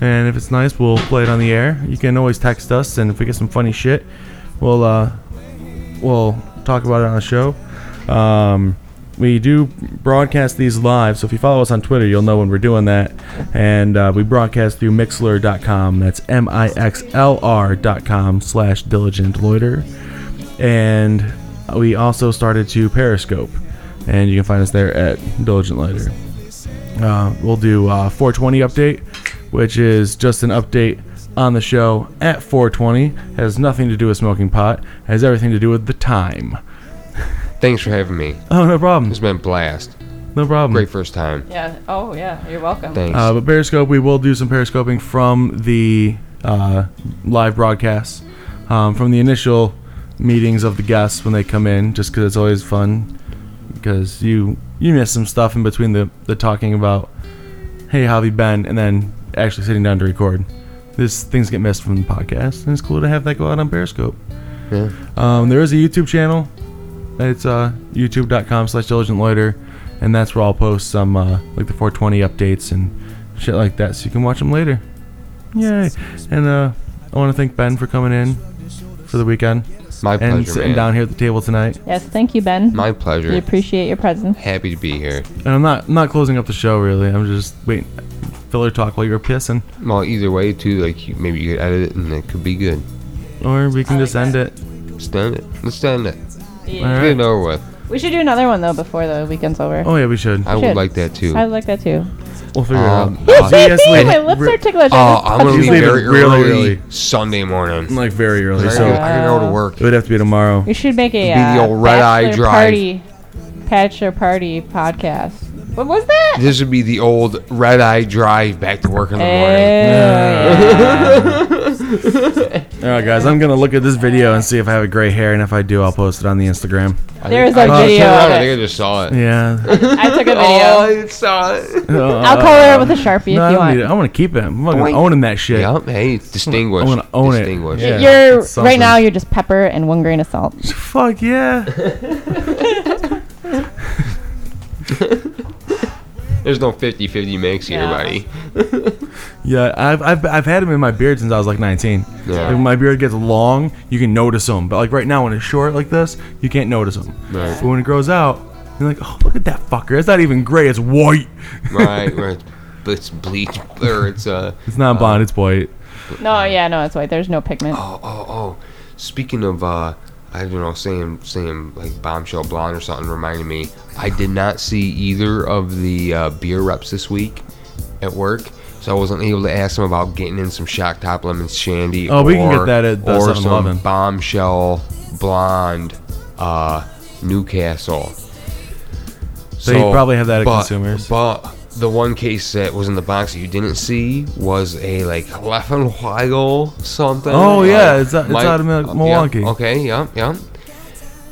B: And if it's nice, we'll play it on the air. You can always text us, and if we get some funny shit, We'll uh, we'll talk about it on the show. Um, we do broadcast these live, so if you follow us on Twitter, you'll know when we're doing that. And uh, we broadcast through Mixler.com. That's M-I-X-L-R.com slash Diligent Loiter. And we also started to Periscope, and you can find us there at Diligent Loiter. Uh, we'll do uh, 420 update, which is just an update on the show at 420. Has nothing to do with smoking pot. Has everything to do with the time.
C: Thanks for having me.
B: Oh, no problem.
C: It's been a blast.
B: No problem.
C: Great first time.
E: Yeah. Oh, yeah. You're welcome.
C: Thanks.
B: Uh, but Periscope, we will do some periscoping from the uh, live broadcasts, um, from the initial meetings of the guests when they come in, just because it's always fun. Because you you miss some stuff in between the the talking about, hey, how have you been, and then actually sitting down to record. This things get missed from the podcast, and it's cool to have that go out on Periscope.
C: yeah.
B: Um, there is a YouTube channel. It's uh, youtube.com slash diligent loiter. And that's where I'll post some, uh, like the 420 updates and shit like that. So you can watch them later. Yay. And uh, I want to thank Ben for coming in for the weekend
C: My
B: and
C: pleasure,
B: sitting
C: man.
B: down here at the table tonight.
E: Yes. Thank you, Ben.
C: My
E: we
C: pleasure.
E: appreciate your presence.
C: Happy to be here.
B: And I'm not I'm not closing up the show, really. I'm just waiting. Filler talk while you're pissing.
C: Well, either way, too. Like you, maybe you could edit it, and it could be good.
B: Or we can just end it.
C: Stand it. Let's stand it.
B: All
C: Get
B: right.
C: it over with.
E: We should do another one though before the weekend's over.
B: Oh, yeah, we should.
C: I
E: Should.
C: would like that too.
E: I like that too.
B: We'll figure
C: Um,
B: it out.
C: See,
B: yes, like,
E: My lips
B: re-
E: are ticklish. I
C: Oh,
E: just touched
C: I'm gonna
B: Just
C: be
B: leave it
C: very
B: really
C: early
B: early.
C: Sunday morning.
B: like very early.
C: I,
B: So
C: gotta, I gotta go to work.
B: it would have to be tomorrow.
E: We should make a
C: Be the
E: uh,
C: old red-eye
E: bachelor
C: drive.
E: party, bachelor party podcast. What was that?
C: This would be the old red eye drive back to work in the
E: Eh, Oh,
C: morning.
E: yeah.
B: All right, guys, I'm gonna look at this video and see if I have a gray hair, and if I do, I'll post it on the Instagram.
E: There's a
C: I,
E: video
C: turned around,
E: of
C: I
E: it.
C: think I just saw it.
B: Yeah.
E: I took a video.
C: Oh, I saw it.
B: Uh,
E: I'll color it with a sharpie
B: no, I
E: if you
B: don't
E: want.
B: need it. I want to keep it. I'm fucking
C: Boing.
B: owning that shit.
C: Yup. Hey, it's distinguished.
B: wanna own it.
C: distinguished.
B: Yeah.
E: you're
B: it's
E: right
B: something.
E: now. You're just pepper and one grain of salt.
B: Fuck yeah.
C: There's no 50-50 mix here,
E: Yeah.
C: buddy.
B: Yeah, I've, I've I've had them in my beard since I was like 19.
C: Yeah.
B: Like, when my beard gets long, you can notice them, but like right now when it's short like this, you can't notice them.
C: Right.
B: But when it grows out, you're like, oh, look at that fucker. It's not even gray. It's white.
C: right, right. But it's bleach, or it's uh.
B: It's not blonde. It's white.
E: No, yeah, no, it's white. There's no pigment.
C: Oh, oh, oh. Speaking of uh, I don't know, saying saying like bombshell blonde or something reminded me. I did not see either of the uh, beer reps this week at work. So I wasn't able to ask them about getting in some shock top lemon shandy.
B: Oh, we can get
C: or-
B: that at the
C: or
B: 7-Eleven.
C: some bombshell blonde uh, Newcastle.
B: They probably have that at
C: but-
B: Consumers.
C: But the one case that was in the box that you didn't see was a like Leffenweigel something.
B: Oh,
C: like,
B: yeah, it's- it's
C: Mi-
B: out of Mil-
C: yeah,
B: Milwaukee.
C: okay, yeah, yeah.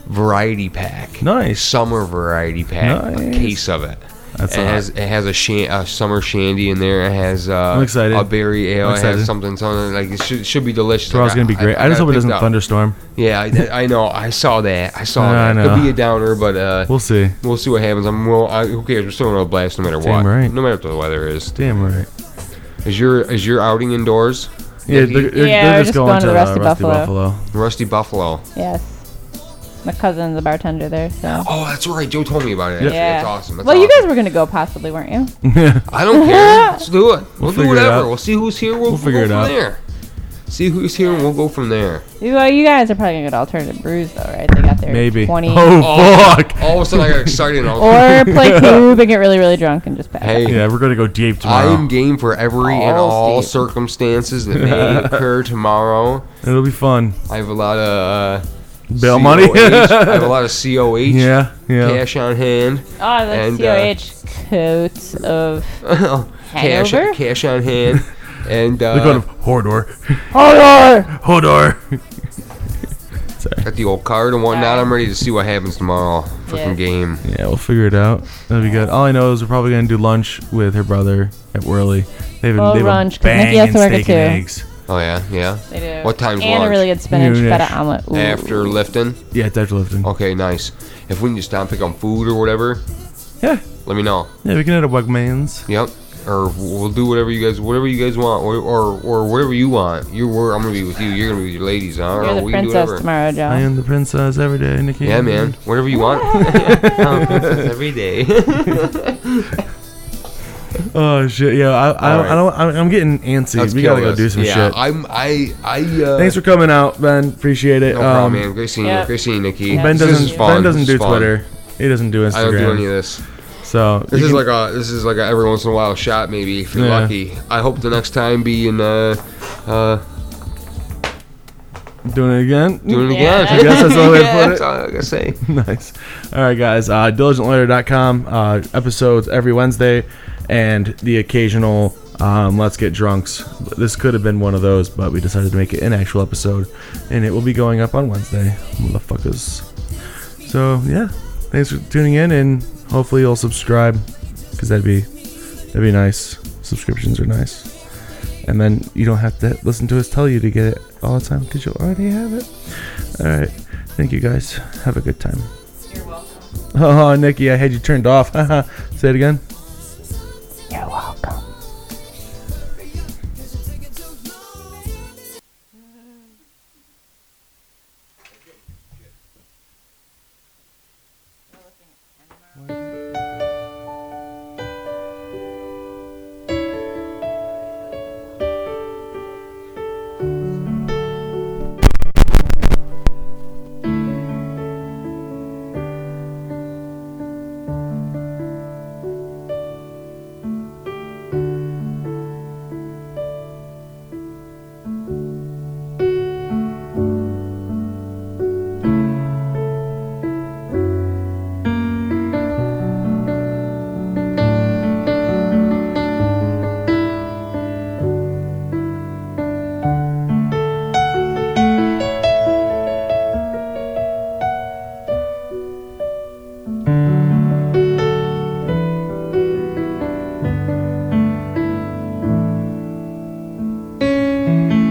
C: Variety pack.
B: Nice.
C: Summer variety pack. A
B: Nice.
C: case of it.
B: That's
C: it
B: hot.
C: has it has a, shan- a summer shandy in there. It has uh,
B: I'm excited.
C: a berry ale.
B: I'm
C: It
B: excited.
C: has something something like it should, should be delicious.
B: Tomorrow's
C: Like,
B: gonna be great. I, just
C: got
B: hope it
C: picked
B: doesn't
C: up.
B: thunderstorm.
C: Yeah, I, I know. I saw that. I saw
B: I
C: that. Could
B: know.
C: be a downer, but uh,
B: We'll see.
C: We'll see what happens. I'm well. I, who cares? We're still gonna blast no matter
B: Damn
C: what.
B: right.
C: No matter what the weather is.
B: Damn right.
C: Is your is your outing indoors?
B: Yeah,
C: If you-
B: they're, they're,
E: Yeah,
B: they're
E: we're
B: just, going, to, the Rusty, Buffalo.
E: Buffalo.
C: Rusty Buffalo.
E: Yes, my cousin's a bartender there, so.
C: Oh, that's right. Joe told me about it.
B: Yeah.
C: actually. That's awesome. That's
E: well, you
C: awesome.
E: guys were gonna go possibly, weren't you?
C: I don't care. Let's do it. We'll, do
B: figure it
C: whatever.
B: out.
C: We'll see who's here. We'll,
B: We'll figure
C: go
B: it
C: from
B: out.
C: There. See who's here, and we'll go from there.
E: You- Well, you guys are probably gonna get alternative brews though, right? They got their
B: Maybe.
E: twenty.
B: Oh,
C: Oh,
B: fuck.
C: All of a sudden, I got excited. And I was like,
E: Or play cube and get really, really drunk and just pass.
C: hey,
B: Yeah, we're gonna go deep
C: I
B: tomorrow.
C: am game for every and
E: All
C: all
E: Steve.
C: circumstances that may occur tomorrow.
B: It'll be fun.
C: I have a lot of uh,
B: Bail money.
C: COH. I have a lot of coh.
B: Yeah, yeah.
C: Cash on hand.
E: Oh, the
C: And, uh,
E: COH coats of.
C: cash,
E: Hangover?
C: cash on hand, and
B: They go to
C: uh,
B: Hodor.
E: Oh
B: Hodor.
C: got the old card and whatnot. I'm ready to see what happens tomorrow. Freaking
E: Yeah.
C: game.
B: Yeah, we'll figure it out. That'll be good. All I know is we're probably gonna do lunch with her brother at Whirly. They've
E: Oh,
B: been
E: lunch, 'cause Nikki has
B: banging
E: to work at
B: steak and
E: two.
B: eggs.
C: Oh yeah, yeah.
E: They do.
C: What time's
E: And
C: lunch?
E: a really good spinach
B: Noonish.
E: feta omelet. Ooh.
C: After lifting.
B: Yeah, it's after lifting.
C: Okay, nice. If we need to stop and pick up food or whatever,
B: Yeah,
C: let me know.
B: yeah, we can hit up Wegmans.
C: Yep. or we'll do whatever you guys, whatever you guys want, or or, or whatever you want. You, we're, I'm gonna be with you. You're gonna be with your ladies. Huh?
E: You're the
C: we can do
E: princess
C: whatever.
E: tomorrow, Joe.
B: I am the princess every day, Nikki.
C: Yeah, man. Whatever you want. I'm a princess every day.
B: Oh shit, yeah. I, I,
C: Alright.
B: I don't. I'm, I'm getting antsy.
C: Let's
B: we gotta
C: kill
B: go do
C: this.
B: some
C: yeah,
B: shit.
C: I'm. I. I. Uh,
B: Thanks for coming out, Ben. Appreciate it.
C: No problem,
B: Um,
C: man. Great seeing
E: Yeah.
C: you. Great seeing you, Nikki.
E: Yeah.
B: Ben
C: This is
B: doesn't.
C: fun.
B: Ben doesn't
C: This is
B: do
C: fun.
B: Twitter. He doesn't do Instagram.
C: I don't do any of this.
B: So
C: This
B: you
C: is
B: can-
C: like a. This is like a every once in a while shot, maybe if you're
B: Yeah.
C: lucky. I hope the next time be in. Uh, uh,
B: doing it again.
C: doing it
E: Yeah.
C: again.
E: I
B: guess that's the way to
C: Yeah,
B: put it.
C: That's all I gotta say.
B: nice. All right, guys. Uh, DiligentLawyer.com. Uh, episodes every Wednesday and the occasional um, Let's Get Drunks. This could have been one of those, but we decided to make it an actual episode, and it will be going up on Wednesday, motherfuckers. So, yeah. Thanks for tuning in, and hopefully you'll subscribe because that'd be that'd be nice. Subscriptions are nice. And then you don't have to listen to us tell you to get it all the time because you already have it. All right. Thank you guys. Have a good time. You're welcome. Oh, Nikki, I had you turned off. Say it again.
E: You're welcome.
G: Thank